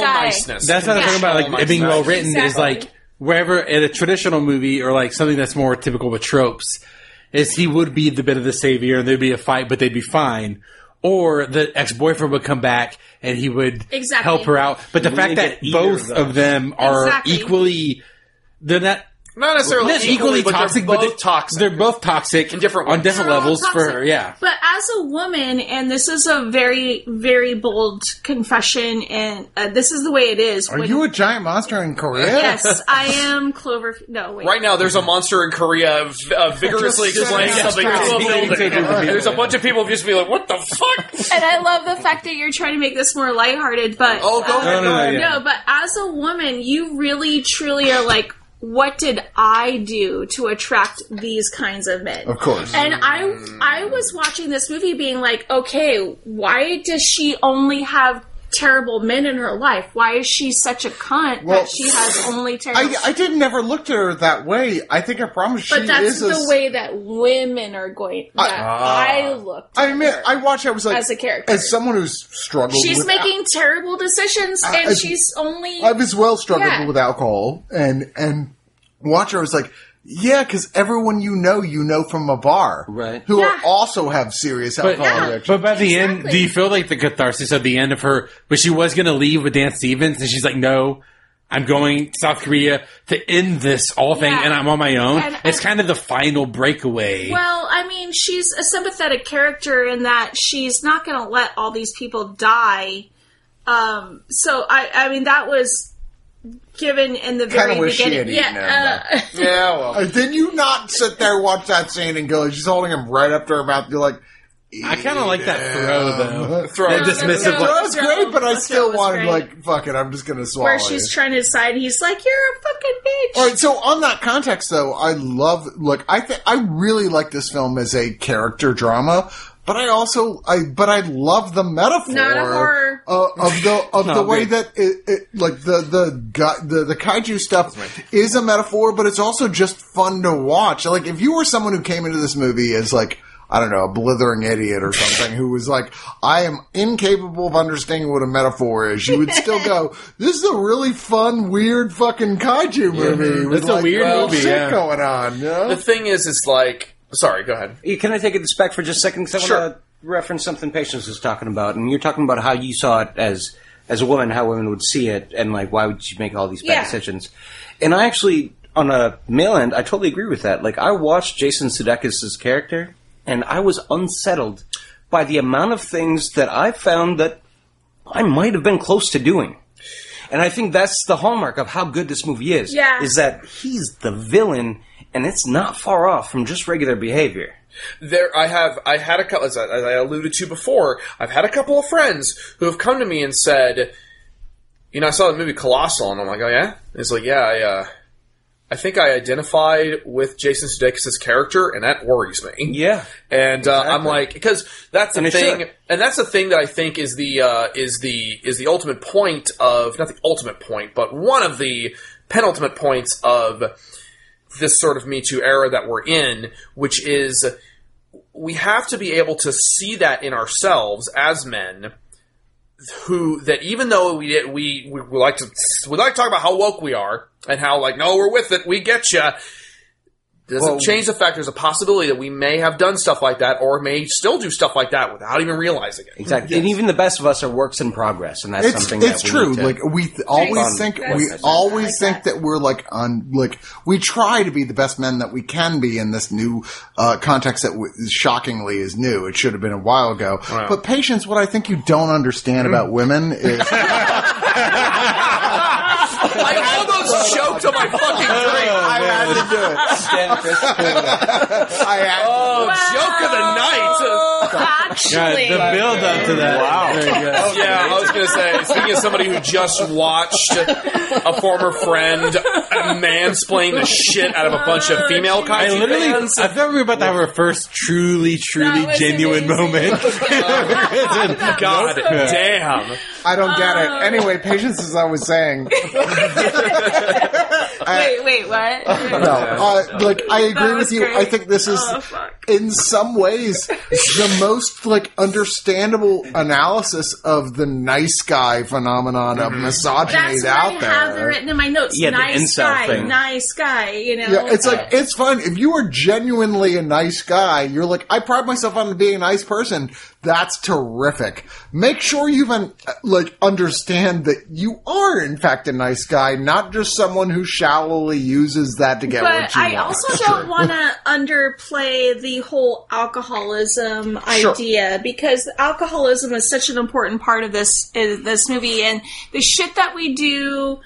nice guy. niceness. That's what I'm talking Oh about. Like it being well written is Exactly. like wherever in a traditional movie or like something that's more typical with tropes is he would be the bit of the savior and there'd be a fight, but they'd be fine. Or the ex boyfriend would come back and he would Exactly. help her out. But the fact didn't that get either both of of them are Exactly. equally they're not Not necessarily not equally, but they're toxic, but both they're- toxic. They're both toxic In different on ways. different They're all levels for toxic. her. Yeah, Oh, But as a woman, and this is a very, very bold confession, and uh, this is the way it is. Are you a giant monster in Korea? yes, I am Clover. No, wait. Right now, there's a monster in Korea v- uh, vigorously Just explaining saying, something to a speaking to a building. group of people. There's a bunch of people just be like, "What the fuck?" And I love the fact that you're trying to make this more lighthearted, but Oh, go uh, ahead, No, no, go no, ahead. yeah. no, but as a woman, you really, truly are like, what did I do to attract these kinds of men? Of course. And I Mm. I was watching this movie being like, okay, why does she only have terrible men in her life? Why is she such a cunt Well, that she has only terrible I, I didn't ever looked at her that way. I think I promise she But that's is a the s- uh, way that women are going that I, looked. I mean, I watch. I was like, As a character. as someone who's struggled. she's with making terrible decisions and I- she's only I've as well struggled Yeah. with alcohol, and and Watcher was like, yeah, because everyone you know, you know from a bar, Right. Who Yeah. also have serious But, alcohol Yeah. addiction. but by the end, Exactly. do you feel like the catharsis of the end of her? But she was going to leave with Dan Stevens, and she's like, "No, I'm going to South Korea to end this all thing, Yeah. and I'm on my own." And- it's and- kind of the final breakaway. Well, I mean, she's a sympathetic character in that she's not going to let all these people die. Um, so I, I mean, that was given in the very Kinda wish she beginning. had eaten yeah, uh, yeah, well, Uh, Did you not sit there watch that scene and go? She's holding him right up to her mouth. You're like, I kind of like that throw though. throw That it. dismissive, Well, No, that like, was Throw- great, but I throw still was wanted great. like, fuck it, I'm just gonna swallow. where it. she's trying to decide, he's like, "You're a fucking bitch." All right, so on that context, though, I love. Look, I think I really like this film as a character drama, but I also, I but I love the metaphor Not a horror. uh, of the of the No, way great. that it, it like the the gu- the the kaiju stuff is a metaphor, but it's also just fun to watch. Like if you were someone who came into this movie as like. I don't know, a blithering idiot or something who was like, I am incapable of understanding what a metaphor is, you would still go, this is a really fun, weird fucking kaiju movie. with, It's a like, weird well, movie, Shit yeah. going on, you know? The thing is, it's like. Sorry, go ahead. Can I take this back for just a second? Because I Sure. want to reference something Patience was talking about, and you're talking about how you saw it as as a woman, how women would see it, and like why would you make all these bad Yeah. decisions? And I actually, on a male end, I totally agree with that. Like I watched Jason Sudeikis' character, and I was unsettled by the amount of things that I found that I might have been close to doing. And I think that's the hallmark of how good this movie is. Yeah. Is that he's the villain, and it's not far off from just regular behavior. there I have I had a couple as I, as I alluded to before. I've had a couple of friends who have come to me and said, "You know, I saw the movie Colossal," and I'm like, "Oh yeah." And it's like, "Yeah, I, uh, I think I identified with Jason Sudeikis' character, and that worries me." Yeah. and uh, I'm like, because that's the And it thing, should. and that's the thing that I think is the uh, is the is the ultimate point of not the ultimate point, but one of the penultimate points of this sort of Me Too era that we're in, which is we have to be able to see that in ourselves as men. Who that even though we we we, we like to we like to talk about how woke we are and how like no we're with it we get you doesn't Well- change the fact there's a possibility that we may have done stuff like that or may still do stuff like that without even realizing it. Exactly. And even the best of us are works in progress, and that's it's something it's that we true. need to- Like we th- always on think board we with. always I like think that. we're like on like we try to be the best men that we can be in this new uh, context that w- shockingly is new. It should have been a while ago. But patience, what I think you don't understand Mm. about women is I almost choked on my fucking drink. I had to do it. I had Oh, joke of the night. Actually, the build up to that. Oh, Wow. Yeah, I was gonna say. Speaking of somebody who just watched a former friend mansplain the shit out of a bunch of female kaiju I literally, I fans. thought we were about to have our first truly, truly That was genuine amazing. moment. God damn. I don't get Oh. it. Anyway, patience, as I was saying, wait, wait, what? no, uh, like I agree That with was you. great. I think this is Oh, fuck. in some ways the most like understandable analysis of the nice guy phenomenon of misogyny That's what I out have there. written in my notes. Yeah, the nice incel guy, thing. nice guy. You know, Yeah, it's like it's fun if you are genuinely a nice guy. You're like, I pride myself on being a nice person. That's terrific. Make sure you even uh, like understand that you are in fact a nice guy, not just someone who shallowly uses that to get what But you I want. also don't want to underplay the whole alcoholism idea because alcoholism is such an important part of this is this movie and the shit that we do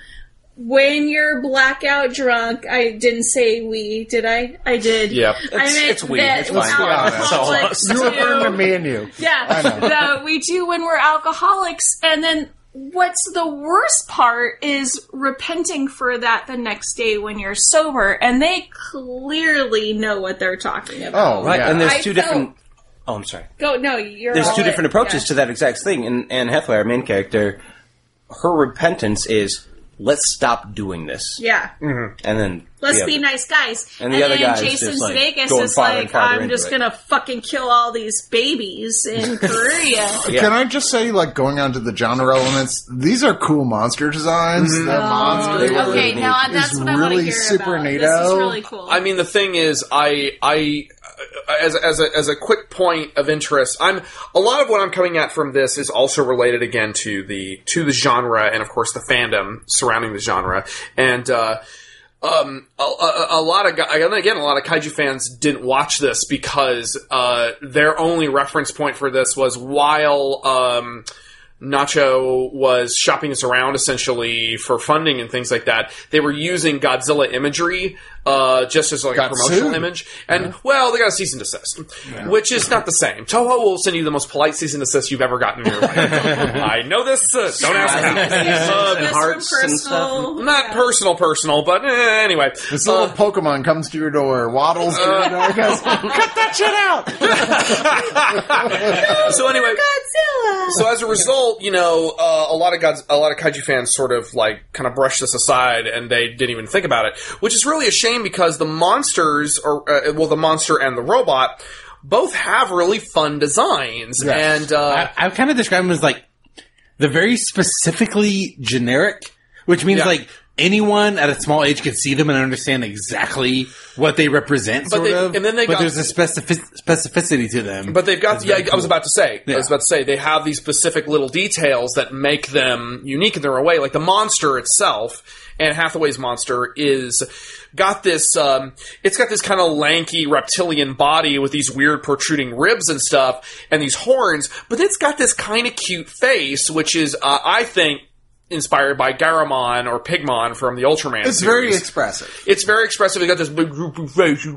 when you're blackout drunk. I didn't say we, did I? I did. Yep. I meant it's we. that It's fine. alcoholics You referring to do- me and you. yeah, that we do when we're alcoholics. And then what's the worst part is repenting for that the next day when you're sober. And they clearly know what they're talking about. Oh, right. yeah. And there's I two felt- different. Oh, I'm sorry. Go, no, you're. There's all two in. different approaches Yeah. to that exact thing. And Anne Hathaway, our main character, her repentance is let's stop doing this, Yeah, and then let's Mm-hmm. yeah. be nice guys. And the other then guy is Jason just, like, Sudeikis going is farther and like, farther "I'm into just it." gonna fucking kill all these babies in Korea." Can I just say, like, going on to the genre elements, these are cool monster designs. Mm-hmm. The monster Oh, okay, is now that's what I want to really hear super about. neato. This is really cool. I mean, the thing is, I, I, as, as a, as a quick point of interest, I'm a lot of what I'm coming at from this is also related again to the to the genre and of course the fandom surrounding the genre and. uh um, a, a, a lot of gu- and again, a lot of kaiju fans didn't watch this because uh, their only reference point for this was while um, Nacho was shopping us around essentially for funding and things like that. They were using Godzilla imagery uh, just as like a promotional sued. image, and well, they got a cease and desist, which is not the same. Toho will send you the most polite cease and desist you've ever gotten in your life. I know this. Uh, don't ask. how. Just Um, from hearts and stuff. personal- not personal, personal, but eh, anyway. This little Pokemon comes to your door, waddles to your door, goes, cut that shit out! Uh, so anyway, Godzilla. so as a result, you know, uh, a lot of gods, a lot of kaiju fans sort of like kind of brushed this aside and they didn't even think about it, which is really a shame because the monsters, or uh, well, the monster and the robot both have really fun designs. Yes. And uh, I, I kind of describe them as like the very specifically generic, which means Yeah. like anyone at a small age could see them and understand exactly what they represent, But sort they- of. and then they but got- there's a specific- specificity to them. But they've got, That's yeah, very I was cool. about to say, I Yeah. was about to say, they have these specific little details that make them unique in their own way. Like the monster itself, and Hathaway's monster is got this, um, it's got this kind of lanky reptilian body with these weird protruding ribs and stuff, and these horns, but it's got this kind of cute face, which is, uh, I think, inspired by Garamon or Pigmon from the Ultraman It's very series. expressive. It's very expressive. It's got this big droopy face, and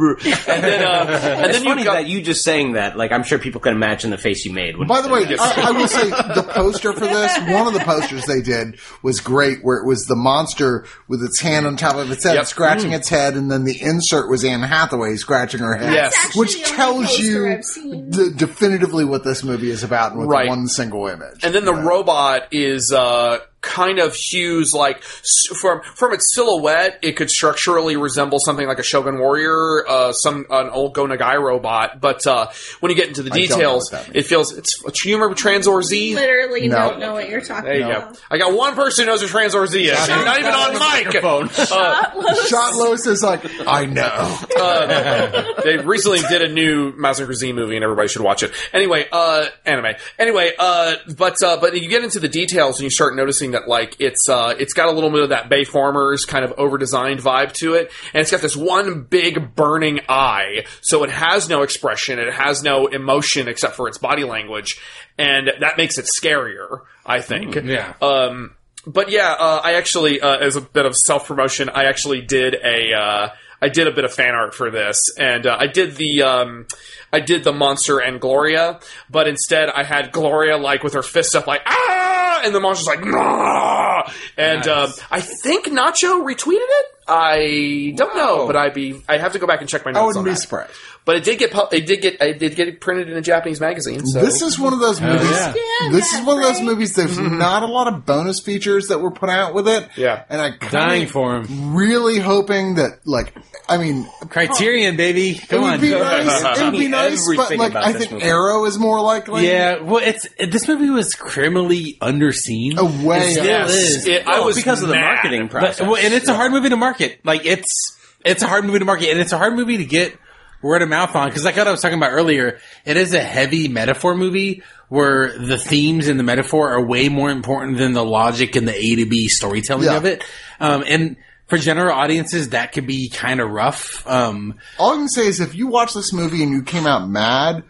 then uh, and It's then funny you've got that you just saying that. Like, I'm sure people can imagine the face you made. When By the way, I, I will say the poster for this, one of the posters they did was great, where it was the monster with its hand on top of its head, Yep. Mm. scratching its head, and then the insert was Anne Hathaway scratching her head. Yes. That's actually Which the only tells poster you I've seen. d- definitively what this movie is about with Right. one single image. And then the robot is uh, kind of hues like s- from from its silhouette, it could structurally resemble something like a Shogun Warrior, uh, some an old Go Nagai robot. But uh, when you get into the don't know what details, that means. it feels it's do you remember Transor Z? Literally No. don't know what you're talking There you about. go. I got one person who knows who Transor Z is. You're not even on mic. Shot Lois is like, I know. they recently did a new Mazinger Z movie, and everybody should watch it. Anyway, uh, anime. Anyway, uh, but uh, but you get into the details, and you start noticing that like it's uh, it's got a little bit of that Bay Farmers kind of over designed vibe to it, and it's got this one big burning eye, so it has no expression, it has no emotion except for its body language, and that makes it scarier, I think. yeah. Um, but yeah, uh, I actually, uh, as a bit of self promotion, I actually did a, uh, I did a bit of fan art for this, and uh, I did the, um, I did the monster and Gloria, but instead I had Gloria like with her fist up, like ah, and the monster's like nah! and um, I think Nacho retweeted it. I don't know, but I be I have to go back and check my notes. I on wouldn't be that. surprised. But it did get pu- it did get it did get printed in a Japanese magazine. So This is one of those movies. yeah. Yeah, this is that's one of those right. movies. There's not a lot of bonus features that were put out with it. Yeah. and I kinda Dying for 'em. Really hoping that, like, I mean, Criterion, baby. it Come would on. be nice. It would be Give me nice, but everything like, about I this think movie. Arrow is more likely. Yeah, well, it's this movie was criminally underseen. a way. It Yes. is. Oh, It- I Well, was because of the mad. marketing But, process. well, and it's a hard movie to market. Like it's it's a hard movie to market, and it's a hard movie to get word of mouth on. Because like what I was talking about earlier, it is a heavy metaphor movie where the themes and the metaphor are way more important than the logic and the A to B storytelling Yeah. of it. Um, and for general audiences, that could be kind of rough. Um, All I can say is, if you watch this movie and you came out mad,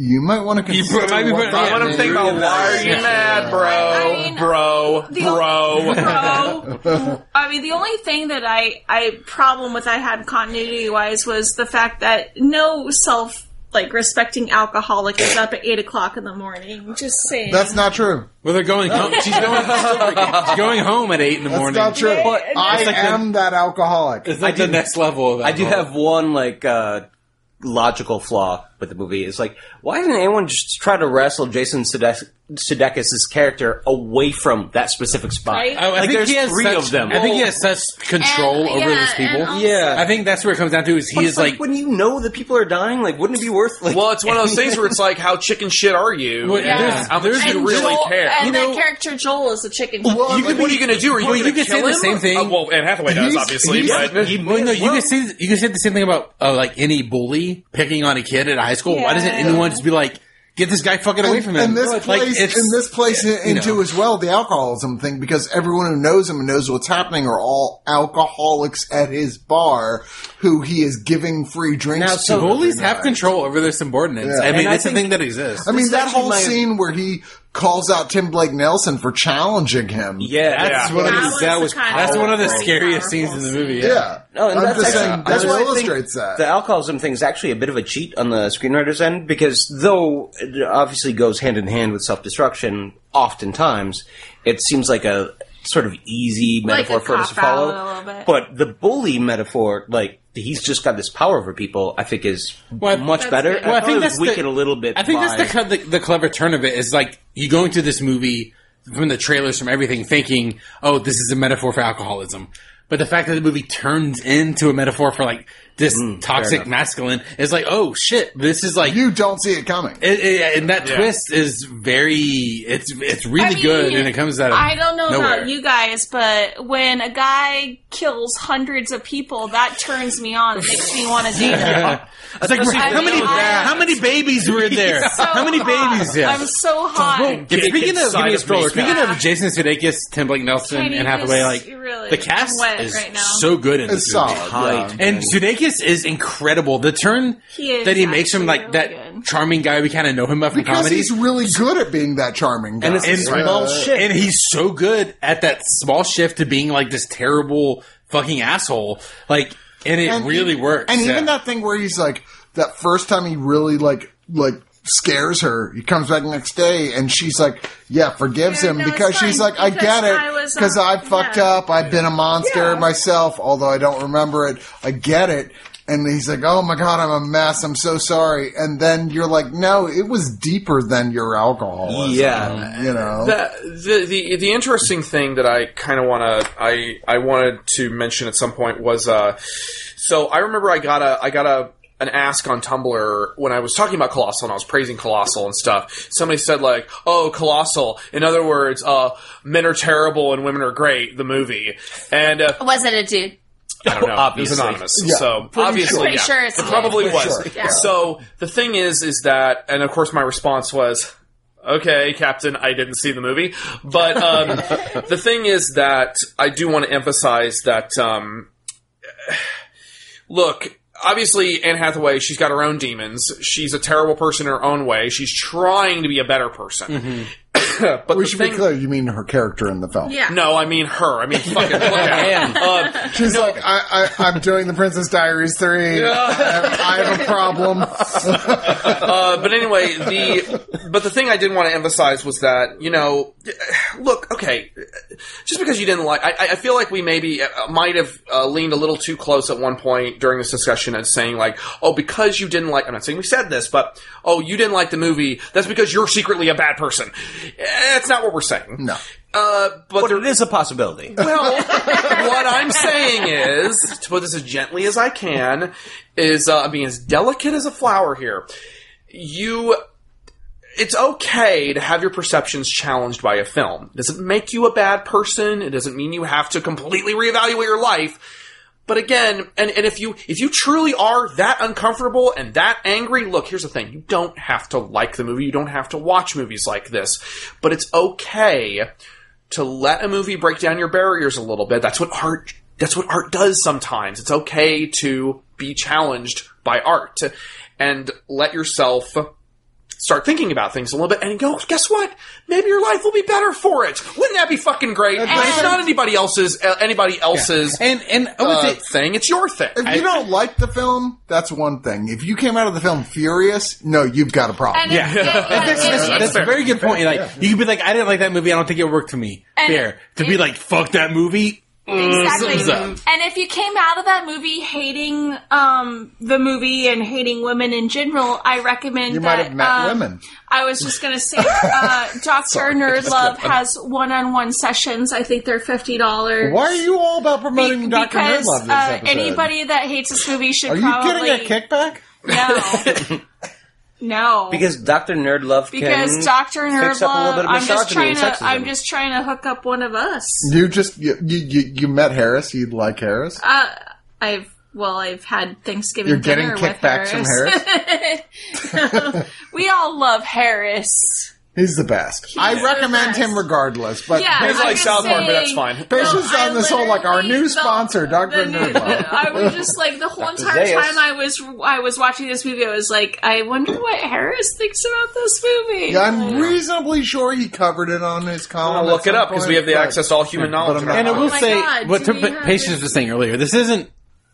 you might want to consider. might be putting- what yeah, I want to that think is. about why are you mad, bro, I mean, bro, bro. Bro. I mean, the only thing that I I problem with I had continuity wise was the fact that no self like respecting alcoholic is up at eight o'clock in the morning. Just saying. That's not true. well, they're going home. She's going, she's going home at eight in the That's morning. not true. I like the- am that alcoholic. It's like the next level of I Oh. do alcohol. have one like uh, logical flaw with the movie. It's like, why didn't anyone just try to wrestle Jason Sudeikis' Sudeikis' character away from that specific spot? Right? Oh, I Like, think there's he has three such- of them. I think he has such control And- over yeah, those people. and also- Yeah. I think that's where it comes down to is he But is it's like, like, when you know that people are dying, like, wouldn't it be worth like? Well, it's one of those things where it's like, how chicken shit are you? Well, Yeah. there's- How much there's- do you And really Joel- care? And You that know- character Joel is a chicken. Well, You could- what are you going to do? Are you Well, going you to could kill say the him? same thing. Uh, well, Anne Hathaway does, He's- obvely. he's- but he well, may no, as you well. can say you can say the same thing about uh, like any bully picking on a kid at high school. Why doesn't Yeah. anyone just be like, get this guy fucking away and, from him? and this Like, place, it's- and this plays you into know. as well the alcoholism thing because everyone who knows him and knows what's happening are all alcoholics at his bar who he is giving free drinks Now, to. so every bullies night. have control over their subordinates. Yeah. I mean, And I it's a think- thing that exists. I mean, This that actually whole might- scene where he calls out Tim Blake Nelson for challenging him. yeah, that's Yeah. what That it is. was that the was kind that's one of the Powerful. scariest scenes in the movie. Yeah. Yeah. No, and I'm that's just actually- saying, that's that why I think illustrates that. The alcoholism thing is actually a bit of a cheat on the screenwriter's end because though it obviously goes hand in hand with self destruction, oftentimes it seems like a sort of easy metaphor a for us to cop-out follow. a little bit. But the bully metaphor, like he's just got this power over people, I think is much better. Well, I thought think it was that's weakened the, a little bit. I think by, that's the, kind of the the clever turn of it is like you go into this movie from the trailers from everything thinking, oh, this is a metaphor for alcoholism, but the fact that the movie turns into a metaphor for like this fair toxic enough. masculine is like, oh shit, this is like. You don't see it coming. It- it- and that Yeah. twist is very it's it's really I mean, good and it comes out of I don't know nowhere. about you guys, but when a guy kills hundreds of people, that turns me on. It makes me want to date him. it's like I how mean, many I- how many babies were in there So how many hot. babies yeah I'm so hot. Yeah, speaking inside of, give me a of stroller. me. Speaking Yeah. of Jason Sudeikis, Tim Blake Nelson, Can you and Hathaway, just- like really, the cast I'm wet is right now. so good in It's this movie. solid. Tight. yeah. And Sudeikis is incredible. The turn He is that he makes him actually really like that good. charming guy we kind of know him of from Because comedy. he's really good at being that charming guy. And it's a And, small shit. and he's so good at that small shift to being like this terrible fucking asshole. Like, and it And really e- works. And yeah. even that thing where he's like, that first time he really like like scares her. He comes back next day and she's like, yeah, forgives Yeah, him no, because it's she's fine, like, I because get I it was, because um, I fucked yeah. up. I've been a monster Yeah. myself, although I don't remember it. I get it. And he's like, "Oh my god, I'm a mess. I'm so sorry." And then you're like, "No, it was deeper than your alcoholism." Yeah. you know. The, the the the interesting thing that I kind of want to I I wanted to mention at some point was uh so I remember I got a I got a an ask on Tumblr when I was talking about Colossal and I was praising Colossal and stuff. Somebody said like, "Oh, Colossal." In other words, uh, men are terrible and women are great. The movie, and uh, Was it a dude? I don't know. Obviously. It was anonymous. Yeah. So obviously, Pretty yeah. sure it's it probably Pretty was. sure, yeah. So the thing is, is that, and of course, my response was, "Okay, Captain, I didn't see the movie." But um, the thing is that I do want to emphasize that. Um, look. Obviously, Anne Hathaway, she's got her own demons. She's a terrible person in her own way. She's trying to be a better person. but we the should thing, be clear. You mean her character in the film? Yeah. No, I mean her. I mean fucking look at her. Um, She's like, I, I, I'm doing the Princess Diaries 3. I, have, I have a problem. Uh, but anyway, the but the thing I did want to emphasize was that you know, look, okay, just because you didn't like, I, I- I feel like we maybe uh, might have uh, leaned a little too close at one point during this discussion and saying like, oh, because you didn't like, I'm not saying we said this, but oh, you didn't like the movie, that's because you're secretly a bad person. Eh, That's not what we're saying. No. Uh, but But there it is a possibility. well, what I'm saying is, to put this as gently as I can, is uh, I'm being as delicate as a flower here. You, it's okay to have your perceptions challenged by a film. It doesn't make you a bad person. It doesn't mean you have to completely reevaluate your life. But again, and, and if you if you truly are that uncomfortable and that angry, look, here's the thing. You don't have to like the movie. You don't have to watch movies like this. But it's okay to let a movie break down your barriers a little bit. That's what art that's what art does sometimes. It's okay to be challenged by art and let yourself start thinking about things a little bit and go, guess what? Maybe your life will be better for it. Wouldn't that be fucking great? And it's not anybody else's uh, anybody else's and and I would uh, say, thing. It's your thing. If you don't like the film, that's one thing. If you came out of the film furious, no, you've got a problem. And it's- Yeah. yeah, that's, it's- that's- that's a very good point. Like you could be like, I didn't like that movie. I don't think it worked for me. And- Fair to be like, fuck that movie. Exactly. Something's And if you came out of that movie hating um, the movie and hating women in general, I recommend You that. might have met um, women. I was just going to say, uh, Doctor Nerdlove has one-on-one sessions. I think they're fifty dollars. Why are you all about promoting Dr. Because Nerdlove this uh, episode? anybody that hates this movie should Are you probably getting a kickback? no, no, Because Dr. Nerdlove because can Doctor fix up a little Nerdlove. bit of I'm just misogyny trying and to. sexism. I'm just trying to hook up one of us. You just, you, you, you, you met Harris. You'd like Harris. I've well, I've had Thanksgiving. You're getting dinner kickbacks from with Harris. we all love Harris. He's the best. I recommend him regardless, but Yeah, It's I'm like just South Park, but that's saying- fine. patience No, I on this whole, like, our new literally sponsor, felt Dr. the new- Nerdlove. I was just like the whole entire Zaius. time I was I was watching this movie. I was like, I wonder what Harris thinks about this movie. Yeah, I'm reasonably sure he covered it on his column. I'll at look it some up because point, we have the but- access to all human knowledge. but I'm And I not- will Oh my say God, what do Tim- we have- Patience was saying earlier. This isn't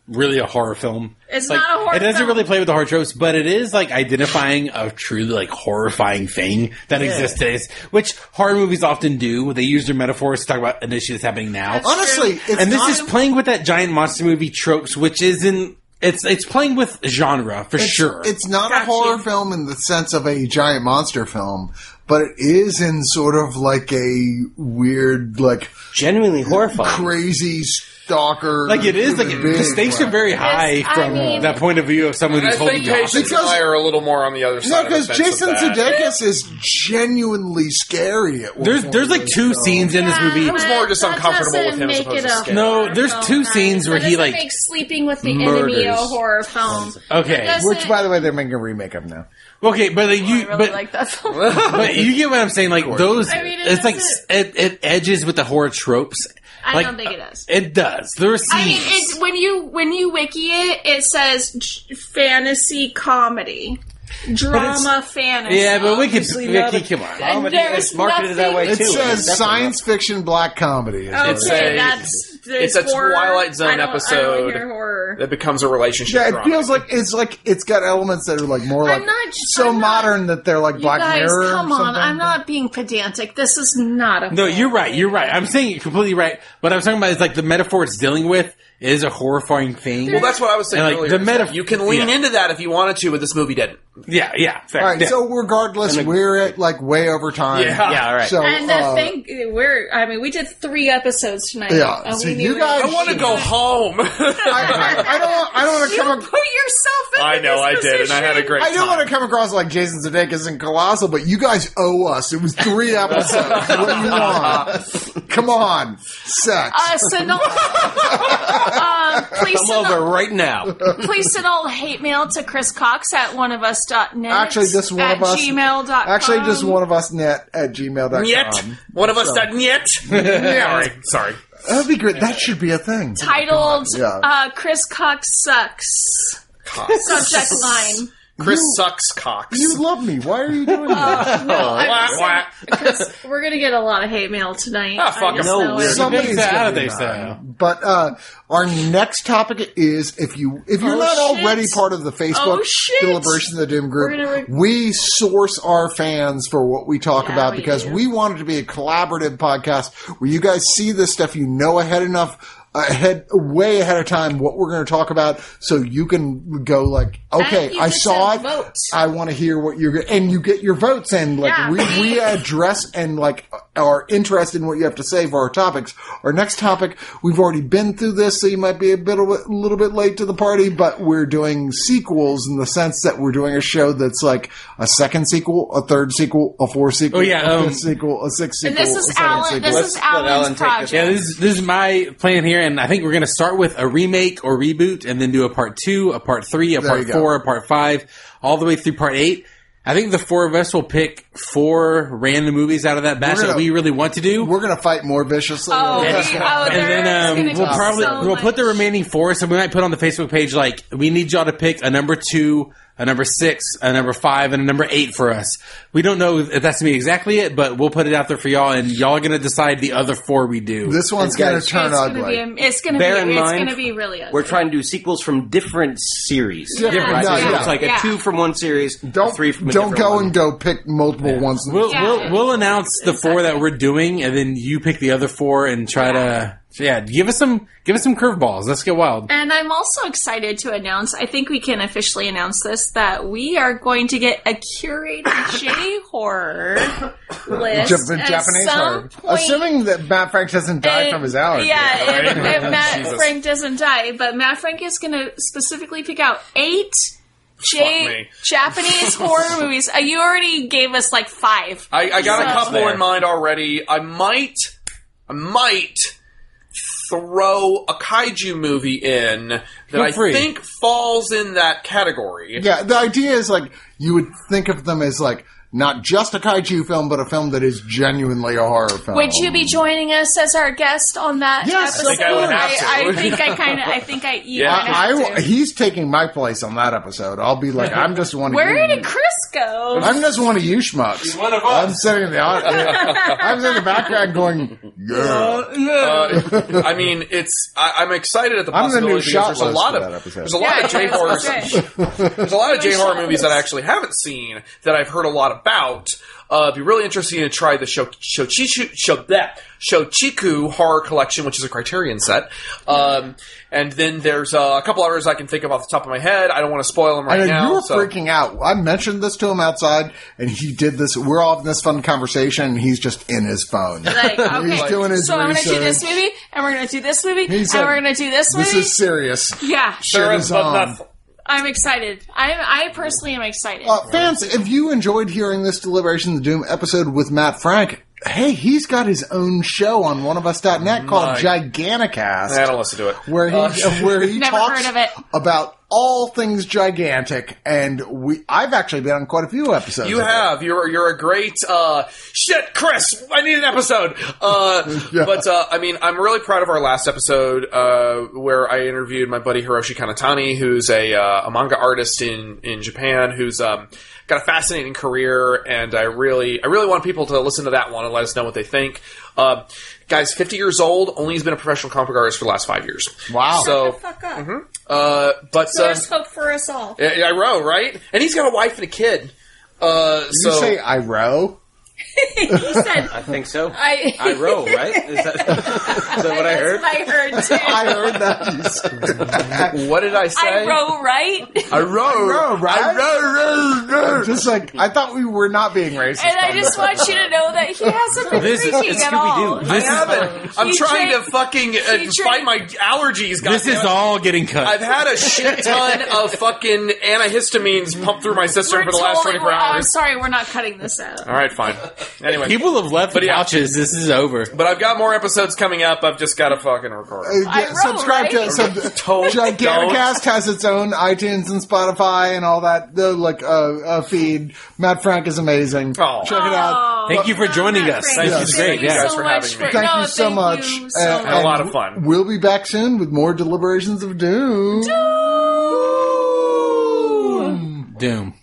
really a horror film. It's Like, not a horror It doesn't film. really play with the horror tropes, but it is like identifying a truly like horrifying thing that exists today, which horror movies often do. They use their metaphors to talk about an issue that's happening now. Honestly, it's and this not- is playing with that giant monster movie tropes, which isn't. It's it's playing with genre for sure. It's not a Gotcha. horror film in the sense of a giant monster film, but it is in sort of like a weird, like genuinely horrifying. crazy, s- stalker. Like it is like Big the stakes are whack. very high Yes, I from mean- that point of view of someone I who's holding think you hostage. Patience and Because- I are a little more on the other No, side. because of the fence Jason with that. Sudeikis is genuinely scary. At one There's point there's like in two this film. scenes in this movie. was more just That uncomfortable with doesn't him as make opposed it to a scared. No, horror there's film, two guys. scenes where That he, doesn't like, make sleeping with the enemy a murders. horror film. Okay, Because- Which, by the way, they're making a remake of now. okay, but like, I you really but like that film. but you get what I'm saying. Like those, I mean, it it's like doesn't- it, it edges with the horror tropes. I like, don't think it does. It does. There are scenes. I mean, it's, when you when you wiki it, it says j- fantasy comedy, drama fantasy. yeah, but we could. Obviously not Vicky, a come on. Comedy There's is marketed that way nothing- It too. says That's science fiction black comedy. is what Okay, it is. a- that's it's there's a horror. Twilight Zone I don't- I episode. don't hear horror. That becomes a relationship. Yeah, it drama. feels like it's like it's got elements that are like more like not- so I'm not- modern that they're like Black you guys, Mirror. or come on! something. I'm not being pedantic. This is not a No, you're right. You're right. I'm saying it completely right. What I'm talking about is like the metaphor it's dealing with is a horrifying thing. Well, that's what I was saying And, like, earlier. the is that meta- you can lean yeah. into that if you wanted to, but this movie didn't. yeah, yeah. Fair. All right, yeah. so regardless, we're at like way over time. Yeah. yeah, all right. So And the uh, thing we're I mean, we did three episodes tonight. Yeah, and so we knew you guys- it. I want to go home. I, I- I don't want, I don't want to You come. ac- put yourself in I know I did, and I had a great. I don't want to come across like Jason Sudeikis and Colossal, but you guys owe us. It was three episodes. what do you want? Come on, sex. Uh, Sinal, uh, please, Come send over all, right now. please send all hate mail to Chris Cox at oneofus.net. Actually, just one at of us- gmail.com. Actually, just um, one of us net at gmail.com. Yet one of us Um, So- done yet. sorry, sorry. That would be great. That should be a thing. Titled Yeah. uh, Chris Cox Sucks. Subject line. Chris sucks cocks. You love me. Why are you doing Uh, that? I'm Wah, just wah. Because we're going to get a lot of hate mail tonight. Ah, fuck I just them. know it. Some- Somebody's I gonna don't think so. But uh, our next topic is if you if you're Oh, not shit. already part of the Facebook Oh, shit. Deliberation of the Doom group, We're gonna re- we source our fans for what we talk Yeah, about we because do. we want it to be a collaborative podcast where you guys see this stuff you know ahead enough ahead way ahead of time what we're going to talk about so you can go like okay you I get saw to it vote. I want to hear what you're go- and you get your votes and like Yeah. we, we address and like are interested in what you have to say for our topics. Our next topic, we've already been through this, so you might be a bit a little bit late to the party, but we're doing sequels in the sense that we're doing a show that's like a second sequel, a third sequel, a fourth sequel, Oh, yeah, a um, fifth sequel, a sixth And sequel, this is a seventh Alan. sequel. This Let's is let Alan's Alan take this. project. Yeah, this is, this is my plan here, and I think we're going to start with a remake or reboot, and then do a part two, a part three, a There you part go. four, a part five, all the way through part eight. I think the four of us will pick four random movies out of that batch We're gonna- that we really want to do. we're gonna fight more viciously. Oh, over we- this one. oh, and there's then gonna um, we'll be probably so we'll put the much. remaining four. So we might put on the Facebook page like we need y'all to pick a number two, a number six, a number five, and a number eight for us. We don't know if that's gonna be exactly it, but we'll put it out there for y'all, and y'all are gonna decide the other four we do. This one's gonna Guys, turn it's ugly. Gonna be, am- it's gonna Bear be. in it's mind, gonna be really ugly. We're trying to do sequels from different series. Different, right? yeah, so yeah. it's like Yeah. a two from one series, don't a three from a don't different go one. and go pick multiple ones. We'll, Yeah. we'll we'll announce the four that we're doing, and then you pick the other four and try to yeah. Give us some give us some curveballs. Let's get wild. and I'm also excited to announce. I think we can officially announce this that we are going to get a curated J horror list. Jap- at Japanese some horror. point. Assuming that Matt Frank doesn't die Uh, from his allergy. Yeah, if, if Matt Jesus. Frank doesn't die, but Matt Frank is going to specifically pick out eight J- me. Japanese horror movies. Uh, you already gave us like five. I, I got a So- couple there. in mind already. I might, I might throw a kaiju movie in that I free. think falls in that category. Yeah, the idea is like you would think of them as like not just a kaiju film, but a film that is genuinely a horror film. Would you be joining us as our guest on that Oh. Yes, episode? I think I would have to. I, I think I kind of. I think I. You Yeah. kinda I, have I- to. he's taking my place on that episode. I'll be like, I'm just one. Where of you. did Chris go? I'm just one of you schmucks. one of us. I'm sitting in the audience. I'm in the background going, yeah. Uh, I mean, it's I, I'm excited at the I'm the possibility new shot because there's a list lot for of that episode. there's a lot Yeah, of J that's horror what I'm there's a lot of J horror movies that I actually haven't seen that I've heard a lot about. Uh, it'd be really interesting to try the Sho- Shochichu, Sho- bleh, Shochiku Horror Collection, which is a Criterion set. Um, and then there's uh, a couple others I can think of off the top of my head. I don't want to spoil them right I know now. you were so- freaking out. I mentioned this to him outside, and he did this. We're all having this fun conversation, and he's just in his phone. Like, he's okay, doing his so I'm going to research. do this movie, and we're going to do this movie, He's and like, we're going to do this This movie. is serious. yeah, Shit is on. I'm excited. I I personally am excited. Uh, fans, if you enjoyed hearing this Deliberation of the Doom episode with Matt Frank, hey, he's got his own show on oneofus.net called Giganticast. I don't listen to it. where he Uh, where he Never talks heard of it. about all things gigantic, and we I've actually been on quite a few episodes. You of it. have. You're you're a great uh, shit, Chris. I need an episode. Uh, But uh, I mean, I'm really proud of our last episode uh, where I interviewed my buddy Hiroshi Kanatani, who's a, uh, a manga artist in in Japan, who's um, got a fascinating career, and I really I really want people to listen to that one and let us know what they think. Uh, guy's 50 years old. Only he's been a professional comic artist for the last five years. Wow. So, Fuck up. uh, but uh, There's hope for us all. I I row right, and he's got a wife and a kid. Uh, you so say I row? I think so. I, I row, right? Is that, is that what I heard? I heard too. I heard that. You said- What did I say? I row right, and I row. row, right? I row, row, row. Just like I thought we were not being racist. I just want you to know that he hasn't been This is- drinking it's at all. Scooby-Doo. This I is- haven't. I'm He trying drank- to fucking uh, drank- fight my allergies, guys. This is all getting cut. I've had a shit ton of fucking antihistamines pumped through my system We're for the last totally- 24 we're- I'm hours. sorry, we're not cutting this out. All right, fine. Anyway, People have left But yeah. couches. This is over. but I've got more episodes coming up. I've just got to fucking record. Uh, yeah, row, subscribe to right? sub- Don't- Giganticast has its own iTunes and Spotify and all that the like uh, uh, feed. Matt Frank is amazing. Aw. Check it out. Oh, Thank you for joining us. Frank, Thank you. you. It's great. Thank you guys Yeah. so for much having for me. Thank Oh, no, you so thank much. You so Uh, much. Had a lot of fun. We'll be back soon with more deliberations of doom. Doom.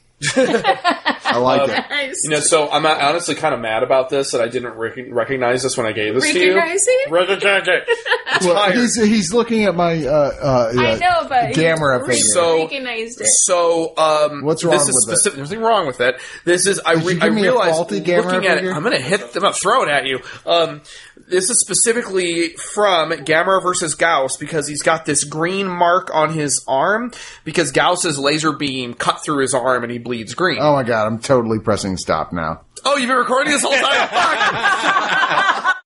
I like it. Nice. You know, so I'm uh, honestly kind of mad about this that I didn't rec- recognize this when I gave this Recognize to you. it? Recognize it. Well, tired. he's he's looking at my uh, uh, I know, but camera he figure. So- recognized it. So, um, What's wrong this with is it? specific, There's nothing wrong with it. This is I, you re- give I me a realized faulty gamma looking at it. figure? I'm gonna hit. I'm gonna throw it at you. Um, this is specifically from Gamma versus Gauss because he's got this green mark on his arm because Gauss's laser beam cut through his arm and he bleeds green. Oh my god, I'm totally pressing stop now. Oh, you've been recording this whole time. Fuck.